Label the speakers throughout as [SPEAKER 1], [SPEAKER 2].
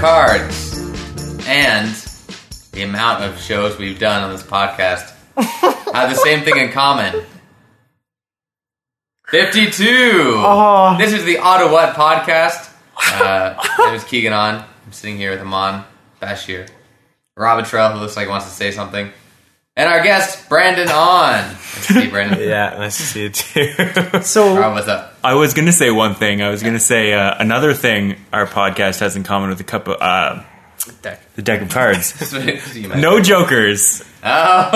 [SPEAKER 1] cards and the amount of shows we've done on this podcast have the same thing in common. 52!
[SPEAKER 2] Oh.
[SPEAKER 1] This is the Auto What podcast. Uh, my name is Keegan On. I'm sitting here with Amon Bashir. Robin Trell, who looks like he wants to say something. And our guest, Brandon On. Nice to see you, Brandon.
[SPEAKER 3] Yeah, nice to see you too.
[SPEAKER 1] Rob,
[SPEAKER 2] So
[SPEAKER 1] what's up?
[SPEAKER 3] I was gonna say one thing. I was gonna say uh, another thing our podcast has in common with a couple uh,
[SPEAKER 1] Deck.
[SPEAKER 3] the deck of cards.
[SPEAKER 1] You might-
[SPEAKER 3] No jokers.
[SPEAKER 1] Oh,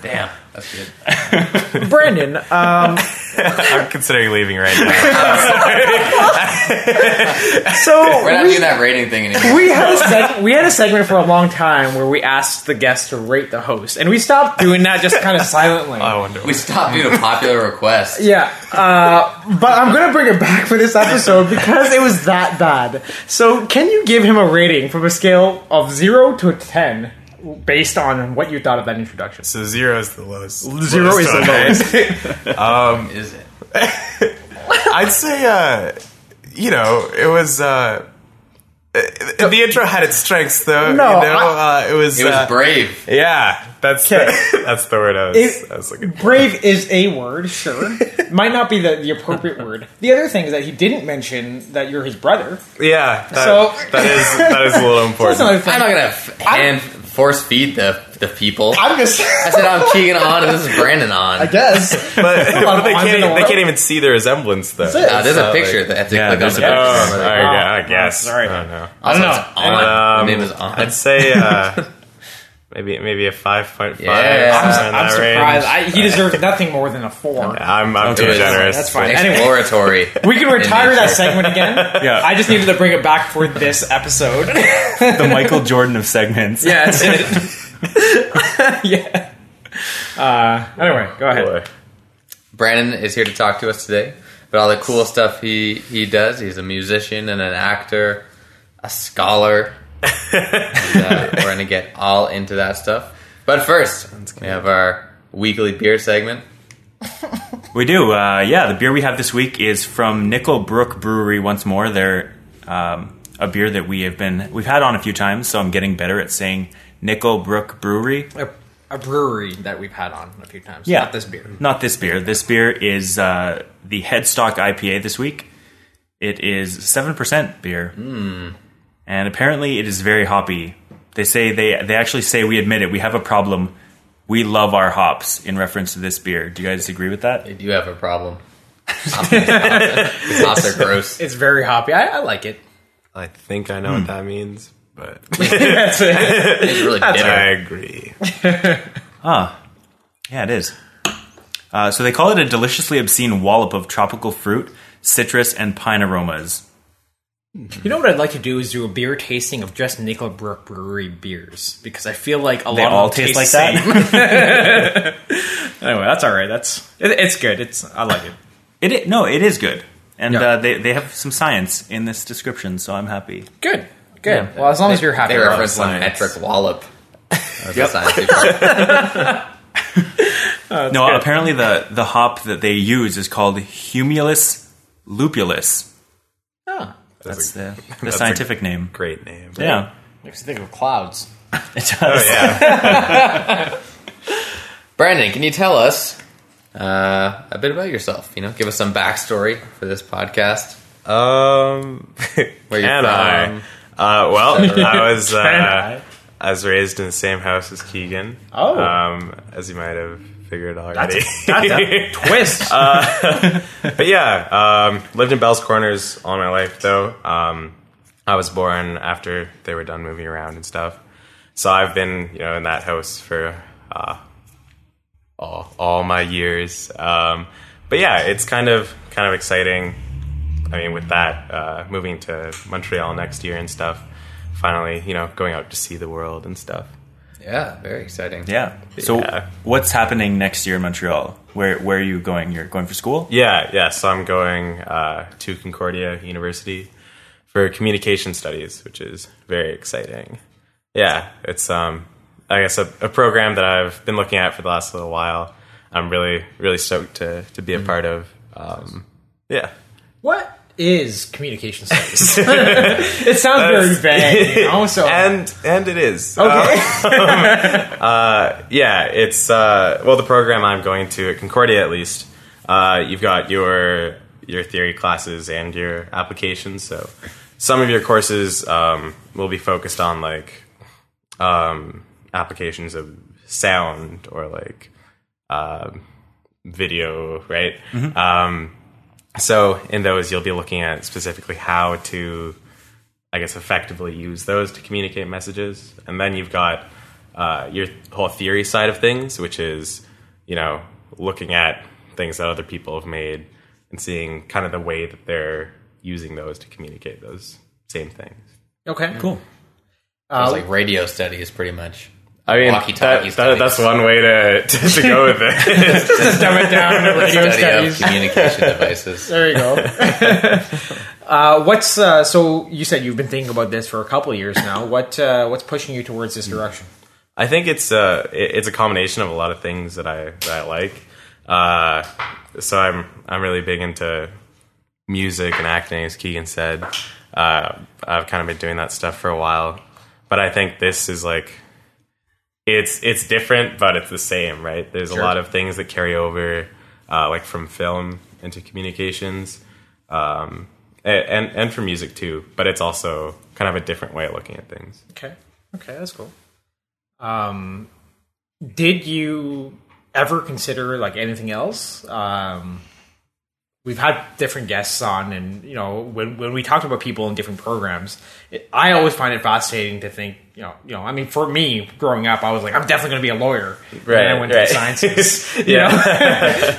[SPEAKER 1] damn. That's good.
[SPEAKER 2] Brandon, um,
[SPEAKER 3] I'm considering leaving right now.
[SPEAKER 1] We're
[SPEAKER 2] so
[SPEAKER 1] not doing that rating thing anymore.
[SPEAKER 2] we had a seg- we had a segment for a long time where we asked the guest to rate the host, and we stopped doing that just kind of silently.
[SPEAKER 3] I wonder.
[SPEAKER 1] We stopped due to popular request.
[SPEAKER 2] Yeah, uh, but I'm gonna bring it back for this episode because it was that bad. So, can you give him a rating from a scale of zero to ten, based on what you thought of that introduction?
[SPEAKER 4] So zero is the lowest.
[SPEAKER 2] Zero is the
[SPEAKER 4] one.
[SPEAKER 2] lowest.
[SPEAKER 1] Is it?
[SPEAKER 4] I'd say, uh, you know, it was. Uh, uh, the intro had its strengths, though.
[SPEAKER 2] No,
[SPEAKER 4] you know,
[SPEAKER 2] I-
[SPEAKER 4] uh, it was.
[SPEAKER 1] It was
[SPEAKER 4] uh,
[SPEAKER 1] brave.
[SPEAKER 4] yeah, that's the,
[SPEAKER 2] Okay.
[SPEAKER 4] that's the word I was,
[SPEAKER 2] It-
[SPEAKER 4] I was looking. For.
[SPEAKER 2] Brave is a word, sure. Might not be the, the appropriate word. The other thing is that he didn't mention that you're his brother.
[SPEAKER 4] Yeah, that,
[SPEAKER 2] So-
[SPEAKER 4] that is that is a little
[SPEAKER 2] That's
[SPEAKER 4] important.
[SPEAKER 2] another thing.
[SPEAKER 1] I'm not gonna f- hand force feed the the people. I
[SPEAKER 2] I'm just.
[SPEAKER 1] said I'm Keegan on and this is Brandon on.
[SPEAKER 2] I guess.
[SPEAKER 4] but, but they
[SPEAKER 2] I'm in
[SPEAKER 4] can't
[SPEAKER 2] the
[SPEAKER 4] they
[SPEAKER 2] world.
[SPEAKER 4] can't even see the resemblance though.
[SPEAKER 2] That's it.
[SPEAKER 1] Uh, there's a
[SPEAKER 4] It's not
[SPEAKER 1] picture
[SPEAKER 4] like-
[SPEAKER 1] that I have to
[SPEAKER 3] Yeah,
[SPEAKER 1] click on.
[SPEAKER 3] there's
[SPEAKER 1] The
[SPEAKER 3] a
[SPEAKER 1] picture. Also,
[SPEAKER 4] Oh,
[SPEAKER 3] picture.
[SPEAKER 4] I,
[SPEAKER 2] Oh,
[SPEAKER 4] I guess.
[SPEAKER 2] sorry.
[SPEAKER 4] I don't know.
[SPEAKER 1] it's on.
[SPEAKER 4] Um,
[SPEAKER 1] Name is on.
[SPEAKER 4] I'd say uh, maybe maybe a five point five.
[SPEAKER 1] Yeah.
[SPEAKER 2] I'm,
[SPEAKER 1] I'm-
[SPEAKER 2] I'm surprised. I, he deserves nothing more than a four.
[SPEAKER 4] I'm, I'm too
[SPEAKER 3] Okay.
[SPEAKER 4] generous.
[SPEAKER 2] That's fine. Anyway.
[SPEAKER 1] Exploratory.
[SPEAKER 2] We can retire that
[SPEAKER 1] nature.
[SPEAKER 2] segment again.
[SPEAKER 3] Yeah,
[SPEAKER 2] I just needed to bring it back for this episode.
[SPEAKER 3] the Michael Jordan of segments.
[SPEAKER 2] yeah, that's it. yeah. Uh, anyway, go ahead.
[SPEAKER 4] Boy.
[SPEAKER 1] Brandon is here to talk to us today about all the cool stuff he he does. He's a musician and an actor, a scholar. and, uh, we're gonna get all into that stuff. But first, we have our weekly beer segment.
[SPEAKER 3] We do. Uh, yeah, the beer we have this week is from Nickel Brook Brewery once more. They're um, a beer that we have been we've had on a few times, so I'm getting better at saying Nickel Brook Brewery.
[SPEAKER 2] A, a brewery that we've had on a few times.
[SPEAKER 3] Yeah.
[SPEAKER 2] Not this beer.
[SPEAKER 3] Not this beer. This beer is uh, the Headstock IPA this week. It is 7% beer. And apparently it is very hoppy. They say they they actually say we admit it. We have a problem. We love our hops in reference to this beer. Do you guys agree with that?
[SPEAKER 1] They do have a problem. Hops are gross.
[SPEAKER 2] It's very hoppy. I, I like it.
[SPEAKER 4] I think I know what that means, but
[SPEAKER 2] That's it.
[SPEAKER 1] It's really
[SPEAKER 4] I
[SPEAKER 1] bitter.
[SPEAKER 4] agree.
[SPEAKER 3] Ah, yeah, it is. Uh, so they call it a deliciously obscene wallop of tropical fruit, citrus, and pine aromas.
[SPEAKER 2] You know what I'd like to do is do a beer tasting of just Nickel Brook Brewery beers because I feel like a
[SPEAKER 3] They
[SPEAKER 2] lot
[SPEAKER 3] all
[SPEAKER 2] of them
[SPEAKER 3] taste like
[SPEAKER 2] the
[SPEAKER 3] that.
[SPEAKER 2] same. anyway, that's all right. That's it, it's good. It's I like it.
[SPEAKER 3] It i- no, it is good, and
[SPEAKER 2] Yeah.
[SPEAKER 3] uh, they they have some science in this description, so I'm happy.
[SPEAKER 2] Good. Good. Well, as long as you're happy.
[SPEAKER 1] They
[SPEAKER 2] with it.
[SPEAKER 1] reference one
[SPEAKER 4] science.
[SPEAKER 1] metric wallop. That was a science paper.
[SPEAKER 3] no, apparently the the hop that they use is called Humulus lupulus.
[SPEAKER 2] Huh.
[SPEAKER 3] That's the, the
[SPEAKER 4] a-
[SPEAKER 3] scientific name.
[SPEAKER 4] Great name.
[SPEAKER 3] Yeah,
[SPEAKER 2] Makes you think of clouds.
[SPEAKER 3] it does.
[SPEAKER 4] Oh yeah.
[SPEAKER 1] Brandon, can you tell us uh, a bit about yourself? You know, give us some backstory for this podcast.
[SPEAKER 4] um,
[SPEAKER 1] Where
[SPEAKER 4] can I?
[SPEAKER 1] from?
[SPEAKER 4] Uh, well, I was
[SPEAKER 2] I?
[SPEAKER 4] uh, I was raised in the same house as Keegan.
[SPEAKER 2] Oh.
[SPEAKER 4] um, as you might have figured already.
[SPEAKER 2] twist.
[SPEAKER 4] but yeah, um, lived in Bell's Corners all my life though. Um, I was born after they were done moving around and stuff, so I've been you know in that house for uh, all all my years. Um, but yeah, it's kind of kind of exciting. I mean, with that uh, moving to Montreal next year and stuff, finally you know going out to see the world and stuff.
[SPEAKER 1] Yeah, very exciting.
[SPEAKER 3] yeah. So,
[SPEAKER 4] Yeah.
[SPEAKER 3] what's happening next year in Montreal? Where where are you going? You're going for school?
[SPEAKER 4] Yeah, yeah. So I'm going uh, to Concordia University for communication studies, which is very exciting. Yeah, it's um, I guess a, a program that I've been looking at for the last little while. I'm really, really stoked to to be a part of. Um, yeah,
[SPEAKER 2] what? is communication studies? it sounds very vague. You know? So
[SPEAKER 4] and and it is Uh,
[SPEAKER 2] okay,
[SPEAKER 4] yeah, it's uh, well the program I'm going to at Concordia at least. Uh, you've got your your theory classes and your applications. So some of your courses um, will be focused on like um, applications of sound or like um video, right? Um, so in those, you'll be looking at specifically how to I guess, effectively use those to communicate messages. And then you've got uh, your whole theory side of things, which is, you know, looking at things that other people have made and seeing kind of the way that they're using those to communicate those same things.
[SPEAKER 2] okay, uh, cool.
[SPEAKER 1] It's
[SPEAKER 2] Uh,
[SPEAKER 1] like radio studies, pretty much.
[SPEAKER 4] I mean,
[SPEAKER 1] Walkie-talkie
[SPEAKER 4] that, that, that's
[SPEAKER 1] studies.
[SPEAKER 4] one way to, to, to go with it.
[SPEAKER 2] dumb it down. to Radio
[SPEAKER 1] Study of
[SPEAKER 2] studies.
[SPEAKER 1] communication devices.
[SPEAKER 2] There you go. uh, what's uh, so? You said you've been thinking about this for a couple of years now. What uh, what's pushing you towards this direction?
[SPEAKER 4] I think it's a it's a combination of a lot of things that I that I like. Uh, so I'm I'm really big into music and acting, as Keegan said. Uh, I've kind of been doing that stuff for a while, but I think this is like it's it's different, but it's the same, right? There's a lot of things that carry over, uh, like from film into communications, um, a- and and for music too. But it's also kind of a different way of looking at things.
[SPEAKER 2] Okay. Okay, that's cool. Um, did you ever consider like anything else? Um, we've had different guests on, and you know, when when we talked about people in different programs, it, I always find it fascinating to think, you know, you know, I mean, for me, growing up, I was like, I'm definitely going to be a lawyer, And then I went to the sciences.
[SPEAKER 4] yeah.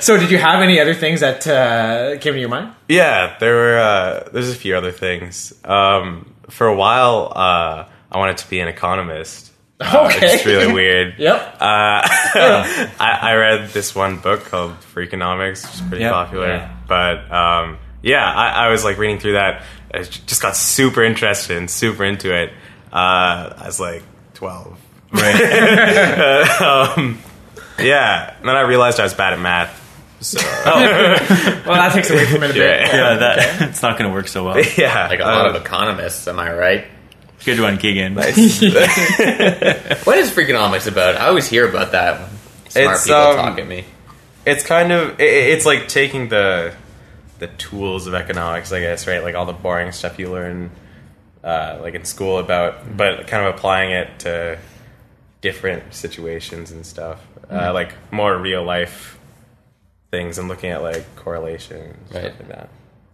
[SPEAKER 2] so, did you have any other things that uh, came to your mind?
[SPEAKER 4] Yeah, there were. Uh, there's a few other things. Um, for a while, uh, I wanted to be an economist. Uh,
[SPEAKER 2] Okay.
[SPEAKER 4] it's really weird.
[SPEAKER 2] Yep.
[SPEAKER 4] I, I read this one book called Freakonomics, which is pretty
[SPEAKER 3] Yep.
[SPEAKER 4] popular.
[SPEAKER 1] Yeah.
[SPEAKER 4] But um, yeah, I, I was like reading through that. I j- just got super interested and super into it. Uh, I was like 12.
[SPEAKER 3] Right.
[SPEAKER 4] Um, Yeah, and then I realized I was bad at math. So
[SPEAKER 2] well, that takes away from it a bit.
[SPEAKER 4] yeah,
[SPEAKER 3] yeah, that it's not going to work so well.
[SPEAKER 4] yeah,
[SPEAKER 1] Like a lot
[SPEAKER 4] uh,
[SPEAKER 1] of economists, am I right?
[SPEAKER 3] Good one, Keegan.
[SPEAKER 1] What is freakonomics about? I always hear about that when smart
[SPEAKER 4] It's,
[SPEAKER 1] people
[SPEAKER 4] um,
[SPEAKER 1] talk at me.
[SPEAKER 4] it's kind of i- i it's like taking the the tools of economics, I guess, right? Like all the boring stuff you learn, uh, like in school about, but kind of applying it to different situations and stuff, uh, like more real life things, and looking at like correlation, and stuff
[SPEAKER 1] Right.
[SPEAKER 4] like that.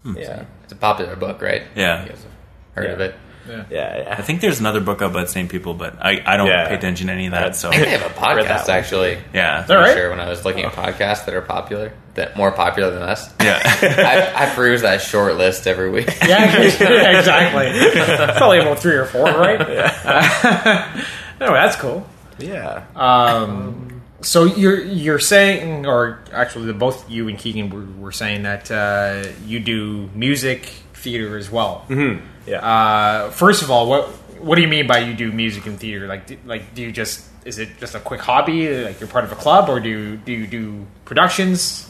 [SPEAKER 4] Yeah,
[SPEAKER 1] It's a popular book, right?
[SPEAKER 3] Yeah.
[SPEAKER 1] You guys have heard
[SPEAKER 4] Yeah.
[SPEAKER 1] of it.
[SPEAKER 4] yeah, yeah.
[SPEAKER 3] I think there's another book out by the same people, but I, I don't
[SPEAKER 4] Yeah.
[SPEAKER 3] pay attention to any of that. So
[SPEAKER 1] I think they have a podcast
[SPEAKER 4] that Oh. one.
[SPEAKER 1] actually.
[SPEAKER 3] yeah,
[SPEAKER 2] All
[SPEAKER 1] I'm
[SPEAKER 2] right.
[SPEAKER 1] Sure, when I was looking at podcasts that are popular, that more popular than us,
[SPEAKER 3] yeah.
[SPEAKER 1] I, I peruse that short list every week.
[SPEAKER 2] Yeah, yeah, exactly. Probably about three or four, right? no, that's cool.
[SPEAKER 4] yeah.
[SPEAKER 2] So you're you're saying, or actually, the both you and Keegan were, were saying that uh, you do music theater as well.
[SPEAKER 4] Mm-hmm. yeah.
[SPEAKER 2] Uh, first of all, what what do you mean by you do music and theater? Like, do, like do you just is it just a quick hobby? Like you're part of a club, or do you, do you do productions?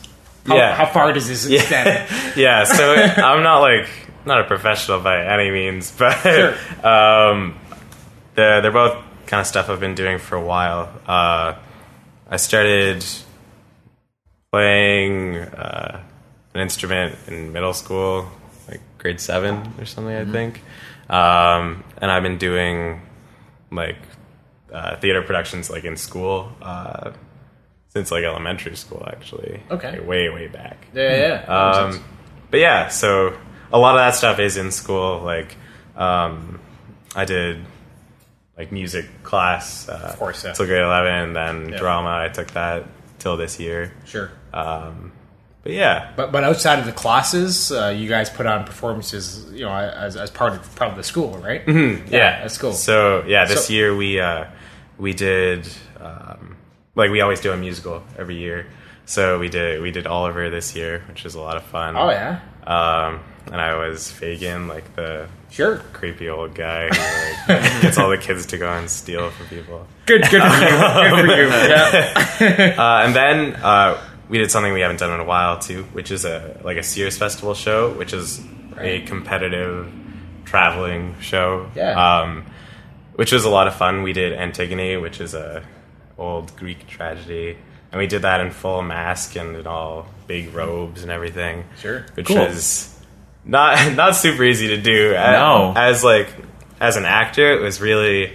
[SPEAKER 2] How,
[SPEAKER 4] Yeah.
[SPEAKER 2] how far does this extend?
[SPEAKER 4] yeah, so I'm not like not a professional by any means, but
[SPEAKER 2] Sure.
[SPEAKER 4] um, they're they're both kind of stuff I've been doing for a while. Uh, I started playing uh, an instrument in middle school, like grade seven or something, I think, um, and I've been doing like uh, theater productions like in school. Uh, since like elementary school, actually.
[SPEAKER 2] Okay.
[SPEAKER 4] Like, way, way back.
[SPEAKER 2] yeah, yeah.
[SPEAKER 4] Um, but yeah, so a lot of that stuff is in school. Like, um, I did like music class, uh, of
[SPEAKER 2] course, yeah.
[SPEAKER 4] till grade eleven. Then
[SPEAKER 2] Yeah.
[SPEAKER 4] drama, I took that till this year.
[SPEAKER 2] sure.
[SPEAKER 4] But yeah,
[SPEAKER 2] But but outside of the classes, uh, you guys put on performances, you know, as, as part of part of the school, right? Mm-hmm.
[SPEAKER 4] yeah,
[SPEAKER 2] that's cool.
[SPEAKER 4] So yeah, this
[SPEAKER 2] So-
[SPEAKER 4] year we uh, we did um, like we always do a musical every year. So we did we did Oliver this year, which was a lot of fun.
[SPEAKER 2] oh yeah,
[SPEAKER 4] Um, and I was Fagin, like the
[SPEAKER 2] sure.
[SPEAKER 4] creepy old guy who like, gets all the kids to go and steal from people.
[SPEAKER 2] Good good for you. Good for you. Yeah.
[SPEAKER 4] Uh, and then uh, we did something we haven't done in a while too, which is a like a Sears Festival show, which is a competitive traveling show.
[SPEAKER 1] Yeah.
[SPEAKER 4] Um, which was a lot of fun. We did Antigone, which is a old Greek tragedy, and we did that in full mask and in all big robes and everything.
[SPEAKER 1] Sure.
[SPEAKER 4] which
[SPEAKER 3] Cool.
[SPEAKER 4] was not not super easy to do. A-
[SPEAKER 3] No.
[SPEAKER 4] as like as an actor, it was really,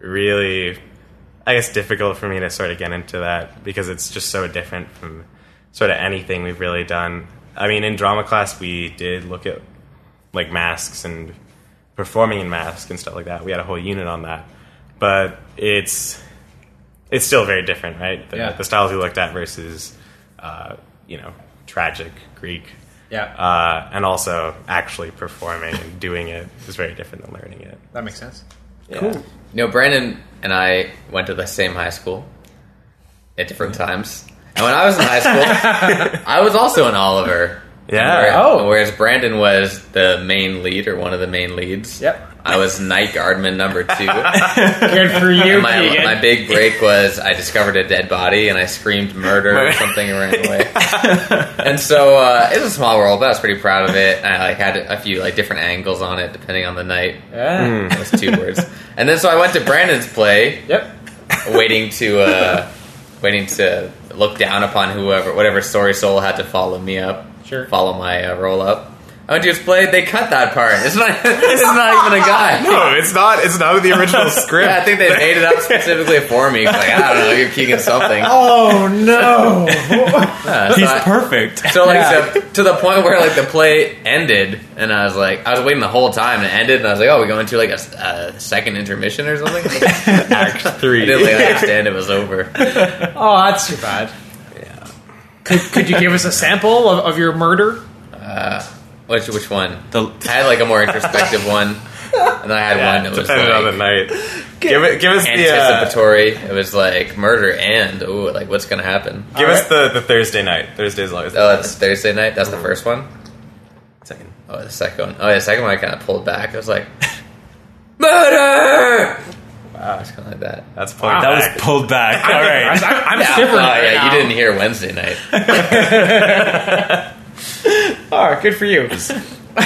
[SPEAKER 4] really, I guess difficult for me to sort of get into that because it's just so different from sort of anything we've really done. I mean, in drama class, we did look at like masks and performing in masks and stuff like that. We had a whole unit on that, but it's it's still very different, right? The,
[SPEAKER 1] Yeah.
[SPEAKER 4] the styles we looked at versus uh, you know tragic Greek,
[SPEAKER 1] Yeah.
[SPEAKER 4] uh, and also actually performing and doing it is very different than learning it.
[SPEAKER 2] That makes sense.
[SPEAKER 4] Yeah.
[SPEAKER 2] Cool.
[SPEAKER 1] You know, Brandon and I went to the same high school at different times. And when I was in high school, I was also an Oliver.
[SPEAKER 4] Yeah.
[SPEAKER 1] Where-
[SPEAKER 2] Oh.
[SPEAKER 1] Whereas Brandon was the main lead or one of the main leads.
[SPEAKER 2] Yep.
[SPEAKER 1] I was night guardman number two. And
[SPEAKER 2] Good for you,
[SPEAKER 1] my,
[SPEAKER 2] Keegan.
[SPEAKER 1] my big break was I discovered a dead body and I screamed murder or something and ran away. and so uh, it was a small world, but I was pretty proud of it. And I like had a few like different angles on it depending on the night.
[SPEAKER 2] Yeah.
[SPEAKER 1] Those two words. And then so I went to Brandon's play
[SPEAKER 2] Yep.
[SPEAKER 1] waiting to uh, waiting to look down upon whoever whatever story soul had to follow me up.
[SPEAKER 2] Sure.
[SPEAKER 1] Follow my uh, roll up. I went to his play. They cut that part. It's not. It's not even a guy.
[SPEAKER 4] No, it's not. It's not the original script.
[SPEAKER 1] Yeah, I think they made it up specifically for me. Like I don't know, give Keegan something.
[SPEAKER 2] Oh no!
[SPEAKER 1] Uh, so
[SPEAKER 3] He's
[SPEAKER 1] I-
[SPEAKER 3] perfect.
[SPEAKER 1] So like
[SPEAKER 2] Yeah.
[SPEAKER 1] so- to the point where like the play ended, and I was like, I was waiting the whole time, and it ended, and I was like, oh, we going to like a, s- a second intermission or something. I
[SPEAKER 4] Act three.
[SPEAKER 1] didn't like, understand it was over.
[SPEAKER 2] Oh, that's too bad. Could, could you give us a sample of, of your murder?
[SPEAKER 1] Which which one? I
[SPEAKER 3] The,
[SPEAKER 1] had like a more introspective one, and then I had one that
[SPEAKER 4] yeah,
[SPEAKER 1] was
[SPEAKER 4] depending on the
[SPEAKER 1] like
[SPEAKER 4] night. Give it. Give us the. Uh,
[SPEAKER 1] anticipatory. It was like murder and ooh, like what's gonna happen?
[SPEAKER 4] give us the, the Thursday night. Thursday's always the
[SPEAKER 1] Oh, that's Thursday night. That's the first one.
[SPEAKER 4] second.
[SPEAKER 1] Oh, the second one. Oh, yeah, the second one I kind of pulled back. I was like, murder. Wow, it's kind of like that.
[SPEAKER 4] That's point.
[SPEAKER 3] that was
[SPEAKER 4] back.
[SPEAKER 3] pulled back. All
[SPEAKER 2] I'm,
[SPEAKER 3] right.
[SPEAKER 2] I'm
[SPEAKER 1] Yeah.
[SPEAKER 2] shivering.
[SPEAKER 1] Oh,
[SPEAKER 2] right
[SPEAKER 1] yeah,
[SPEAKER 2] now.
[SPEAKER 1] you didn't hear Wednesday night.
[SPEAKER 2] Oh, good for you.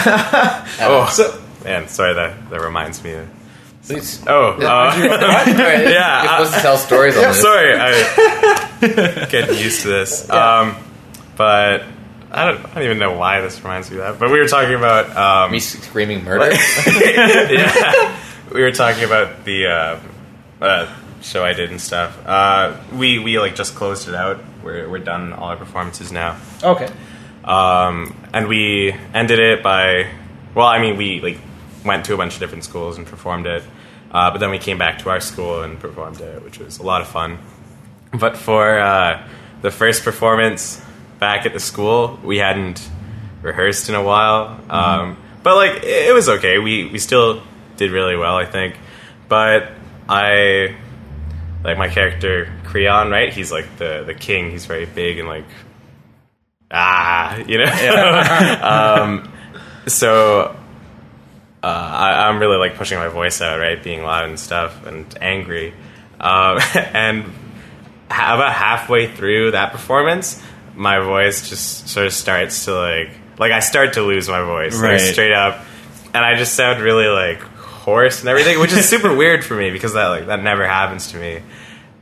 [SPEAKER 4] oh
[SPEAKER 2] So,
[SPEAKER 4] man, sorry that that reminds me. Of,
[SPEAKER 1] Please.
[SPEAKER 4] oh, uh,
[SPEAKER 1] yeah,
[SPEAKER 4] Yeah,
[SPEAKER 1] you're
[SPEAKER 4] I-
[SPEAKER 1] supposed to tell stories on this.
[SPEAKER 4] sorry. I getting used to this. Um, but I don't. I don't even know why this reminds me of that. But we were talking about. Um,
[SPEAKER 1] Me screaming murder.
[SPEAKER 4] yeah. We were talking about the uh, uh, show I did and stuff. Uh, we we like just closed it out. We're we're done all our performances now.
[SPEAKER 2] okay.
[SPEAKER 4] Um, and we ended it by, well, I mean, we like went to a bunch of different schools and performed it, uh, but then we came back to our school and performed it, which was a lot of fun. But for uh, the first performance back at the school, we hadn't rehearsed in a while, um, but like it, it was okay. We we still did really well, I think. But I like my character Creon, right? He's like the the king. He's very big and like ah, you know. um, so uh, I, I'm really like pushing my voice out, right, being loud and stuff, and angry. Um, and ha- about halfway through that performance, my voice just sort of starts to like, like I start to lose my voice, like,
[SPEAKER 3] Right.
[SPEAKER 4] straight up, and I just sound really like hoarse and everything, which is super weird for me because that like that never happens to me.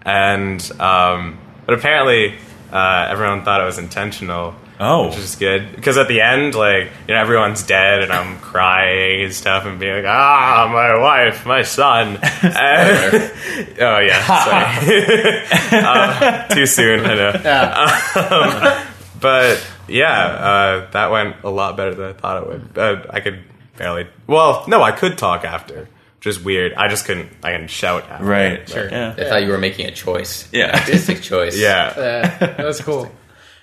[SPEAKER 4] And um, but apparently, uh, everyone thought it was intentional
[SPEAKER 3] Oh.
[SPEAKER 4] which is good because at the end, like you know, everyone's dead and I'm crying and stuff and being like, ah, my wife, my son. And- oh yeah, sorry, Uh, too soon. I know, Um, but yeah, uh, that went a lot better than I thought it would. Uh, I could barely. Well, no, I could talk after. Which is weird. I just couldn't. I can shout. After.
[SPEAKER 3] Right.
[SPEAKER 1] Sure.
[SPEAKER 3] Yeah.
[SPEAKER 1] I thought you were making a choice.
[SPEAKER 3] Yeah.
[SPEAKER 1] Artistic choice.
[SPEAKER 4] Yeah.
[SPEAKER 2] Uh, that's cool.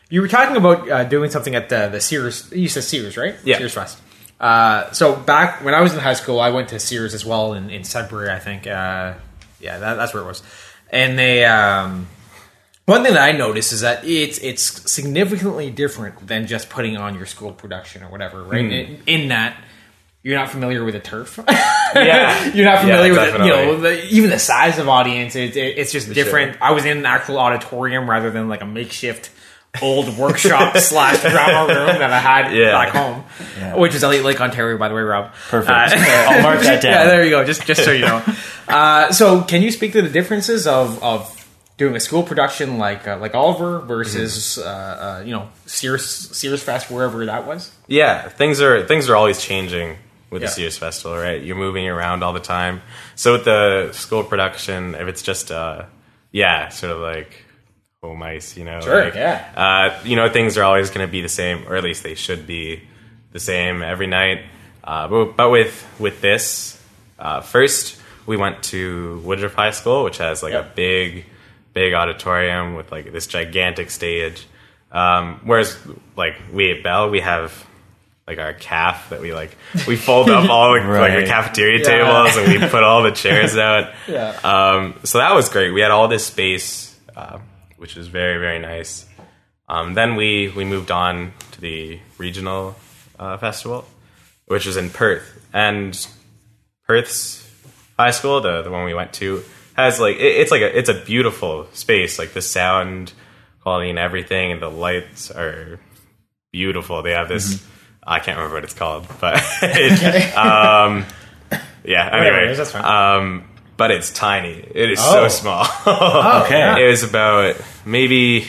[SPEAKER 2] You were talking about uh, doing something at the the Sears. You said Sears, right?
[SPEAKER 4] Yeah.
[SPEAKER 2] Sears Fest. Uh, so back when I was in high school, I went to Sears as well in, in Sudbury, I think. Uh, yeah, that, that's where it was. And they, um, one thing that I noticed is that it's it's significantly different than just putting on your school production or whatever,
[SPEAKER 4] Hmm.
[SPEAKER 2] right? In, in that you're not familiar with the turf.
[SPEAKER 4] Yeah.
[SPEAKER 2] you're not
[SPEAKER 4] Yeah,
[SPEAKER 2] familiar with it, you
[SPEAKER 4] definitely.
[SPEAKER 2] know the, even the size of audience. It, it, it's just different. I was in an actual auditorium rather than like a makeshift old workshop slash drama room that I had
[SPEAKER 4] Yeah.
[SPEAKER 2] back home,
[SPEAKER 3] Yeah.
[SPEAKER 2] which is Elliot Lake, Ontario, by the way, Rob.
[SPEAKER 3] Perfect.
[SPEAKER 2] Uh,
[SPEAKER 3] I'll mark that down.
[SPEAKER 2] Yeah, there you go. Just just so you know. Uh, so, can you speak to the differences of of doing a school production like uh, like Oliver versus
[SPEAKER 3] Mm-hmm.
[SPEAKER 2] uh, uh, you know Sears Sears Fest wherever that was?
[SPEAKER 4] yeah, things are things are always changing with
[SPEAKER 2] Yeah.
[SPEAKER 4] the Sears Festival, right? You're moving around all the time. So with the school production, if it's just uh yeah, sort of like home ice, you know.
[SPEAKER 2] Sure,
[SPEAKER 4] like,
[SPEAKER 2] yeah.
[SPEAKER 4] Uh you know, things are always gonna be the same, or at least they should be the same every night. Uh but, but with with this, uh first we went to Woodruff High School, which has like
[SPEAKER 2] Yep.
[SPEAKER 4] a big big auditorium with like this gigantic stage. Um, whereas like we at Bell we have like our calf that we like we fold up all the like
[SPEAKER 3] Right.
[SPEAKER 4] the cafeteria
[SPEAKER 2] Yeah.
[SPEAKER 4] tables and we put all the chairs out.
[SPEAKER 2] Yeah.
[SPEAKER 3] Uh,
[SPEAKER 4] Um, so that was great. We had all this space, uh, which was very very nice. Um, then we we moved on to the regional uh, festival, which was in Perth, and Perth's high school, the the one we went to, has like it, it's like a it's a beautiful space. Like the sound quality and everything, and the lights are beautiful. They have this.
[SPEAKER 2] Mm-hmm.
[SPEAKER 4] I can't remember what it's called, but it, um, yeah.
[SPEAKER 2] Whatever it
[SPEAKER 4] Anyway,
[SPEAKER 2] is, that's fine.
[SPEAKER 3] uh,
[SPEAKER 4] um, but it's tiny. It is
[SPEAKER 2] Oh.
[SPEAKER 4] so small.
[SPEAKER 3] Okay.
[SPEAKER 2] yeah.
[SPEAKER 4] It was about maybe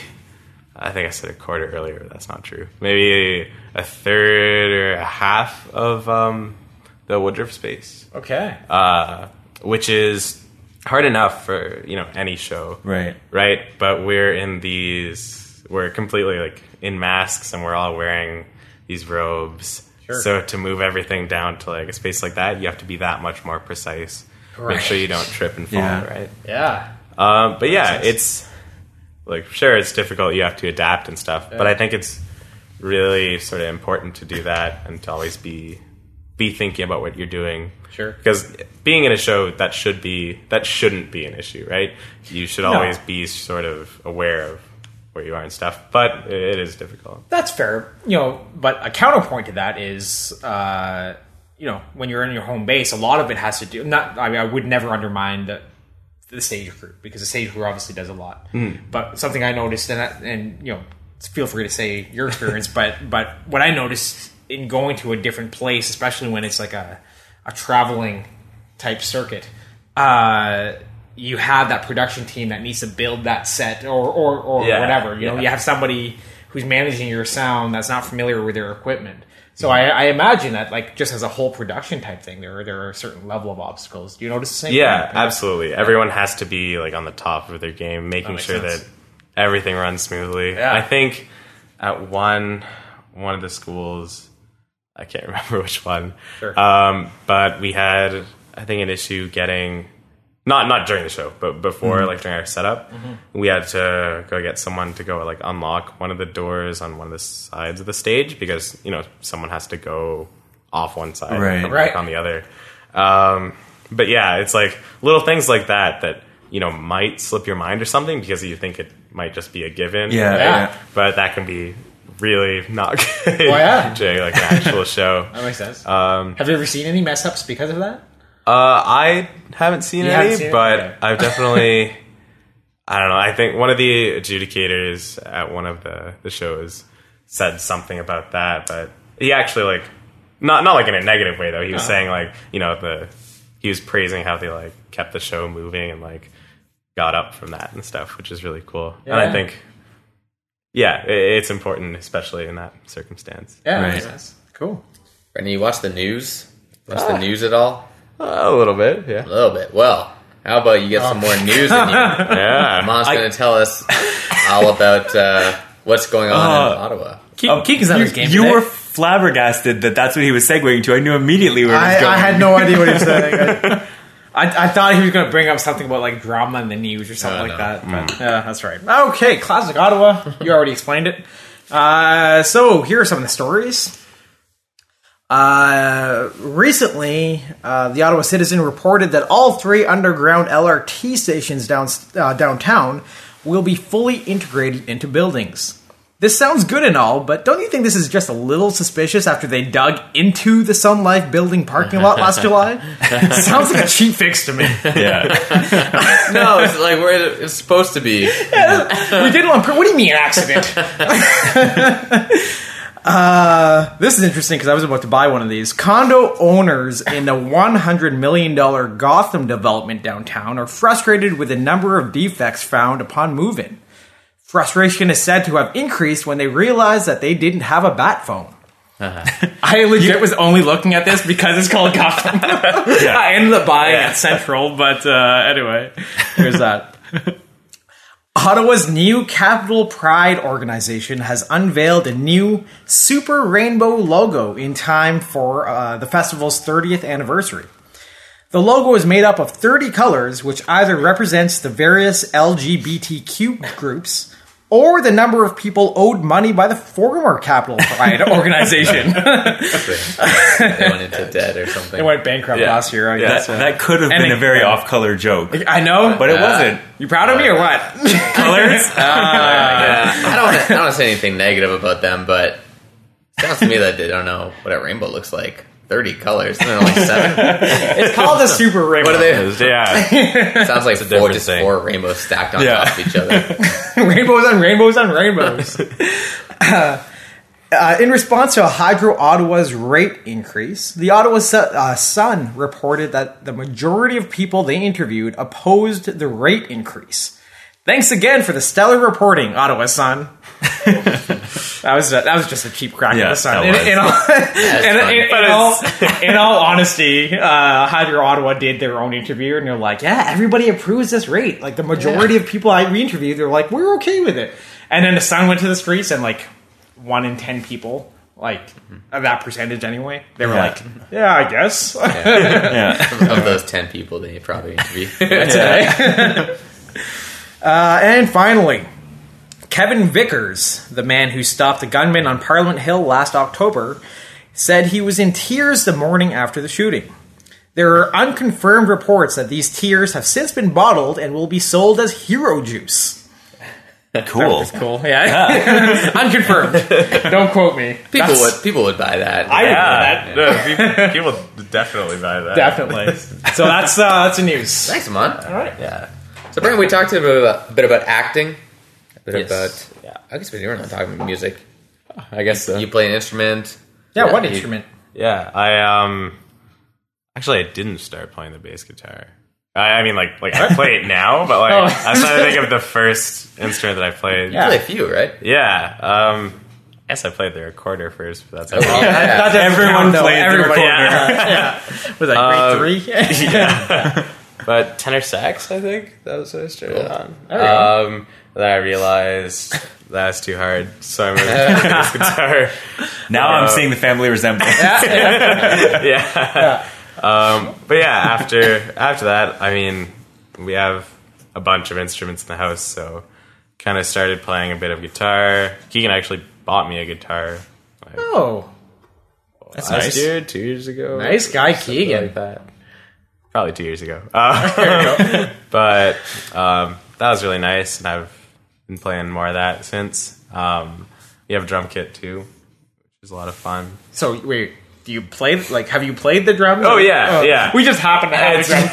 [SPEAKER 4] I think I said a quarter earlier. but That's not true. Maybe a third or a half of um, the Woodruff space,
[SPEAKER 2] Okay.
[SPEAKER 4] uh, which is hard enough for you know any show,
[SPEAKER 3] Right.
[SPEAKER 4] right? But we're in these. We're completely like in masks, and we're all wearing these robes.
[SPEAKER 2] Sure.
[SPEAKER 4] So to move everything down to like a space like that, you have to be that much more precise. Make sure you don't trip and fall,
[SPEAKER 3] Yeah.
[SPEAKER 4] right?
[SPEAKER 2] yeah.
[SPEAKER 4] Um, but yeah, it's like sure it's difficult. You have to adapt and stuff. But I think it's really sort of important to do that and to always be be thinking about what you're doing.
[SPEAKER 2] Sure.
[SPEAKER 4] Because being in a show that should be that shouldn't be an issue, right? You should always be sort of aware of where you are and stuff. But it is difficult.
[SPEAKER 2] That's fair, you know. But a counterpoint to that is, uh, you know, when you're in your home base, a lot of it has to do. Not, I mean, I would never undermine the, the stage crew because the stage crew obviously does a lot.
[SPEAKER 4] Hmm.
[SPEAKER 2] But something I noticed, and I, and you know, feel free to say your experience, but but what I noticed in going to a different place, especially when it's like a a traveling type circuit. Uh, you have that production team that needs to build that set or or, or
[SPEAKER 4] Yeah,
[SPEAKER 2] whatever. You know,
[SPEAKER 4] yeah.
[SPEAKER 2] you have somebody who's managing your sound that's not familiar with their equipment. So I, I imagine that, like, just as a whole production type thing, there are, there are a certain level of obstacles. Do you notice the same?
[SPEAKER 4] Yeah,
[SPEAKER 2] thing?
[SPEAKER 4] absolutely. Everyone has to be like on the top of their game, making
[SPEAKER 2] makes
[SPEAKER 4] sure
[SPEAKER 2] sense.
[SPEAKER 4] that everything runs smoothly.
[SPEAKER 2] Yeah.
[SPEAKER 4] I think at one one of the schools, I can't remember which one,
[SPEAKER 2] Sure.
[SPEAKER 4] um, but we had I think an issue getting not not during the show, but before
[SPEAKER 2] Mm-hmm.
[SPEAKER 4] like during our setup, we had to go get someone to go like unlock one of the doors on one of the sides of the stage because you know someone has to go off one side, and
[SPEAKER 3] Right.
[SPEAKER 4] come
[SPEAKER 2] Right.
[SPEAKER 4] back on the other. Um, but yeah, it's like little things like that that you know might slip your mind or something because you think it might just be a given.
[SPEAKER 3] Yeah.
[SPEAKER 2] Yeah.
[SPEAKER 3] yeah.
[SPEAKER 4] but that can be really not good
[SPEAKER 2] yeah.
[SPEAKER 4] during like an actual show.
[SPEAKER 2] That makes sense.
[SPEAKER 4] Um,
[SPEAKER 2] have you ever seen any mess ups because of that?
[SPEAKER 4] uh, I haven't seen
[SPEAKER 2] You
[SPEAKER 4] any,
[SPEAKER 2] haven't seen it?
[SPEAKER 4] but
[SPEAKER 2] Okay.
[SPEAKER 4] I've definitely. I don't know. I think one of the adjudicators at one of the, the shows said something about that, but he actually like not not like in a negative way though. He was
[SPEAKER 2] Uh-huh.
[SPEAKER 4] saying like you know the he was praising how they like kept the show moving and like got up from that and stuff, which is really cool. And
[SPEAKER 2] Yeah.
[SPEAKER 4] I think yeah, i it's important, especially in that circumstance.
[SPEAKER 2] Yeah, that
[SPEAKER 3] Right.
[SPEAKER 2] makes sense. Cool.
[SPEAKER 1] Brittany, you watch the news? Watch the news at all?
[SPEAKER 4] A little bit, yeah,
[SPEAKER 1] A little bit. Well, how about you get some more news in you?
[SPEAKER 4] yeah.
[SPEAKER 1] Mom's going to tell us all about uh, what's going on in
[SPEAKER 3] Uh,
[SPEAKER 1] Ottawa.
[SPEAKER 2] Ke-
[SPEAKER 3] Oh,
[SPEAKER 2] Keegan's not
[SPEAKER 3] you,
[SPEAKER 2] his game.
[SPEAKER 3] You
[SPEAKER 2] today.
[SPEAKER 3] were flabbergasted that that's what he was segueing to. I knew immediately where he was
[SPEAKER 2] I,
[SPEAKER 3] going.
[SPEAKER 2] I had no idea what he was saying. I, I, I thought he was going to bring up something about like drama in the news or something
[SPEAKER 1] No,
[SPEAKER 2] like
[SPEAKER 1] no.
[SPEAKER 2] that. But yeah, that's right. Okay, classic Ottawa. You already explained it. Uh, so here are some of the stories. Uh, recently, uh, the Ottawa Citizen reported that all three underground LRT stations down, uh, downtown will be fully integrated into buildings. This sounds good and all, but don't you think this is just a little suspicious after they dug into the Sun Life building parking lot last July? sounds like a cheap fix to me.
[SPEAKER 3] Yeah.
[SPEAKER 1] No, it's like where it's supposed to be.
[SPEAKER 2] we did one. What do you mean accident? uh, this is interesting because I was about to buy one of these. Condo owners in the one hundred million dollar Gotham development downtown are frustrated with the number of defects found upon move-in. Frustration is said to have increased when they realized that they didn't have a bat phone. I legit was only looking at this because it's called Gotham. I ended up buying at Central, but uh, anyway, there's that. Ottawa's new Capital Pride organization has unveiled a new Super Rainbow logo in time for uh, the festival's 30th anniversary. The logo is made up of 30 colors, which either represents the various LGBTQ groups or the number of people owed money by the former Capital Pride organization.
[SPEAKER 1] They went into debt or something.
[SPEAKER 2] They went bankrupt
[SPEAKER 4] Yeah.
[SPEAKER 2] last year, I
[SPEAKER 4] Yeah.
[SPEAKER 2] guess.
[SPEAKER 3] That, that could have
[SPEAKER 2] And
[SPEAKER 3] been
[SPEAKER 2] it-
[SPEAKER 3] a very off color joke,
[SPEAKER 2] I know,
[SPEAKER 3] but it wasn't.
[SPEAKER 2] you proud of me or what?
[SPEAKER 3] Colors?
[SPEAKER 1] Yeah, I don't. Wanna, I don't want to say anything negative about them, but it sounds to me that they don't know what a rainbow looks like. Thirty colors. Isn't there only seven?
[SPEAKER 2] It's called the Super Rainbow.
[SPEAKER 1] What are they?
[SPEAKER 4] Yeah,
[SPEAKER 1] sounds like four,
[SPEAKER 4] different
[SPEAKER 1] just
[SPEAKER 4] thing.
[SPEAKER 1] four rainbows stacked on
[SPEAKER 3] Yeah.
[SPEAKER 1] top of each other.
[SPEAKER 2] rainbows on rainbows on rainbows. Uh, in response to Hydro Ottawa's rate increase, the Ottawa Su- uh, Sun reported that the majority of people they interviewed opposed the rate increase. Thanks again for the stellar reporting, Ottawa Sun. that was that was just a cheap crack at
[SPEAKER 3] Yeah,
[SPEAKER 2] the Sun.
[SPEAKER 3] that
[SPEAKER 2] In,
[SPEAKER 3] was.
[SPEAKER 2] in all, in-
[SPEAKER 1] fun.
[SPEAKER 2] in-
[SPEAKER 1] But
[SPEAKER 2] in all- in all honesty, uh, Hydro Ottawa did their own interview, and they're like, "Yeah, everybody approves this rate." Like the majority of people I we interviewed, they're like, "We're okay with it." And then the Sun went to the streets, and like one in ten people, like of that percentage anyway, they were
[SPEAKER 3] Yeah.
[SPEAKER 2] like, "Yeah, I guess."
[SPEAKER 3] Yeah.
[SPEAKER 1] Of those ten people, they probably interviewed.
[SPEAKER 2] Uh, and finally, Kevin Vickers, the man who stopped the gunman on Parliament Hill last October, said he was in tears the morning after the shooting. There are unconfirmed reports that these tears have since been bottled and will be sold as hero juice.
[SPEAKER 3] Cool.
[SPEAKER 2] Cool, yeah. unconfirmed. Don't quote me.
[SPEAKER 1] People
[SPEAKER 2] That's-
[SPEAKER 1] would. People would buy that.
[SPEAKER 2] I would do
[SPEAKER 4] yeah.
[SPEAKER 2] that.
[SPEAKER 4] No, people, people definitely buy that.
[SPEAKER 2] Definitely. so that's uh, that's the news.
[SPEAKER 1] Thanks, Mont. All
[SPEAKER 2] right.
[SPEAKER 1] Yeah. So, Brent, we talked a bit about, a bit about acting. A bit
[SPEAKER 4] Yes.
[SPEAKER 1] about. I guess we were not talking about music.
[SPEAKER 4] I guess so.
[SPEAKER 1] You play an instrument.
[SPEAKER 2] Yeah, what
[SPEAKER 1] you-
[SPEAKER 2] instrument?
[SPEAKER 4] Yeah, I um actually I didn't start playing the bass guitar. I, I mean, like like I play it now, but like
[SPEAKER 2] Oh.
[SPEAKER 4] I'm trying to think of the first instrument that I played.
[SPEAKER 1] You play a few, right?
[SPEAKER 4] yeah. Um, I guess I played the recorder first, but that's
[SPEAKER 1] Oh, well, yeah.
[SPEAKER 2] That doesn't
[SPEAKER 3] Everyone
[SPEAKER 2] count, though.
[SPEAKER 3] played the
[SPEAKER 2] Everyone-
[SPEAKER 3] recorder.
[SPEAKER 2] Yeah. Was that grade three?
[SPEAKER 4] but tenor sax, I think that was what I started on.
[SPEAKER 2] Alright.
[SPEAKER 4] Um, then I realized that's too hard, so I moved to the bass guitar.
[SPEAKER 3] Now
[SPEAKER 4] Uh,
[SPEAKER 3] I'm seeing the family resemblance.
[SPEAKER 4] yeah. Um, but yeah, after after that, I mean, we have a bunch of instruments in the house, so kind of started playing a bit of guitar. Keegan actually bought me a guitar like,
[SPEAKER 2] Oh,
[SPEAKER 4] last
[SPEAKER 3] nice.
[SPEAKER 4] year, two years ago,
[SPEAKER 2] nice guy,
[SPEAKER 4] something
[SPEAKER 2] Keegan.
[SPEAKER 4] like that. Probably two years ago. Uh, but um, that was really nice, and I've been playing more of that since. Um, we have a drum kit too, which is a lot of fun.
[SPEAKER 2] So wait, do you play like have you played the drums?
[SPEAKER 4] Oh, yeah, yeah.
[SPEAKER 2] We just happen to have a drum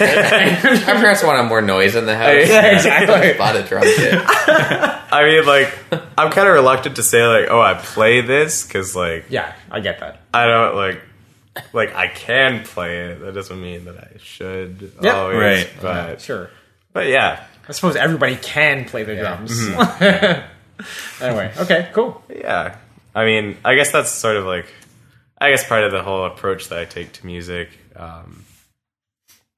[SPEAKER 2] kit.
[SPEAKER 1] My parents wanted more noise in the house.
[SPEAKER 2] Yeah, exactly.
[SPEAKER 1] Bought a drum kit.
[SPEAKER 4] I mean, like, I'm kind of reluctant to say, like, oh, I play this, because, like,
[SPEAKER 2] yeah, I get that.
[SPEAKER 4] I don't, like, like, I can play it. That doesn't mean that I should
[SPEAKER 2] Yeah.
[SPEAKER 4] always.
[SPEAKER 3] Right.
[SPEAKER 4] But,
[SPEAKER 2] Sure.
[SPEAKER 4] but yeah.
[SPEAKER 2] I suppose everybody can play the drums. anyway, okay, cool.
[SPEAKER 4] Yeah. I mean, I guess that's sort of, like, I guess part of the whole approach that I take to music um,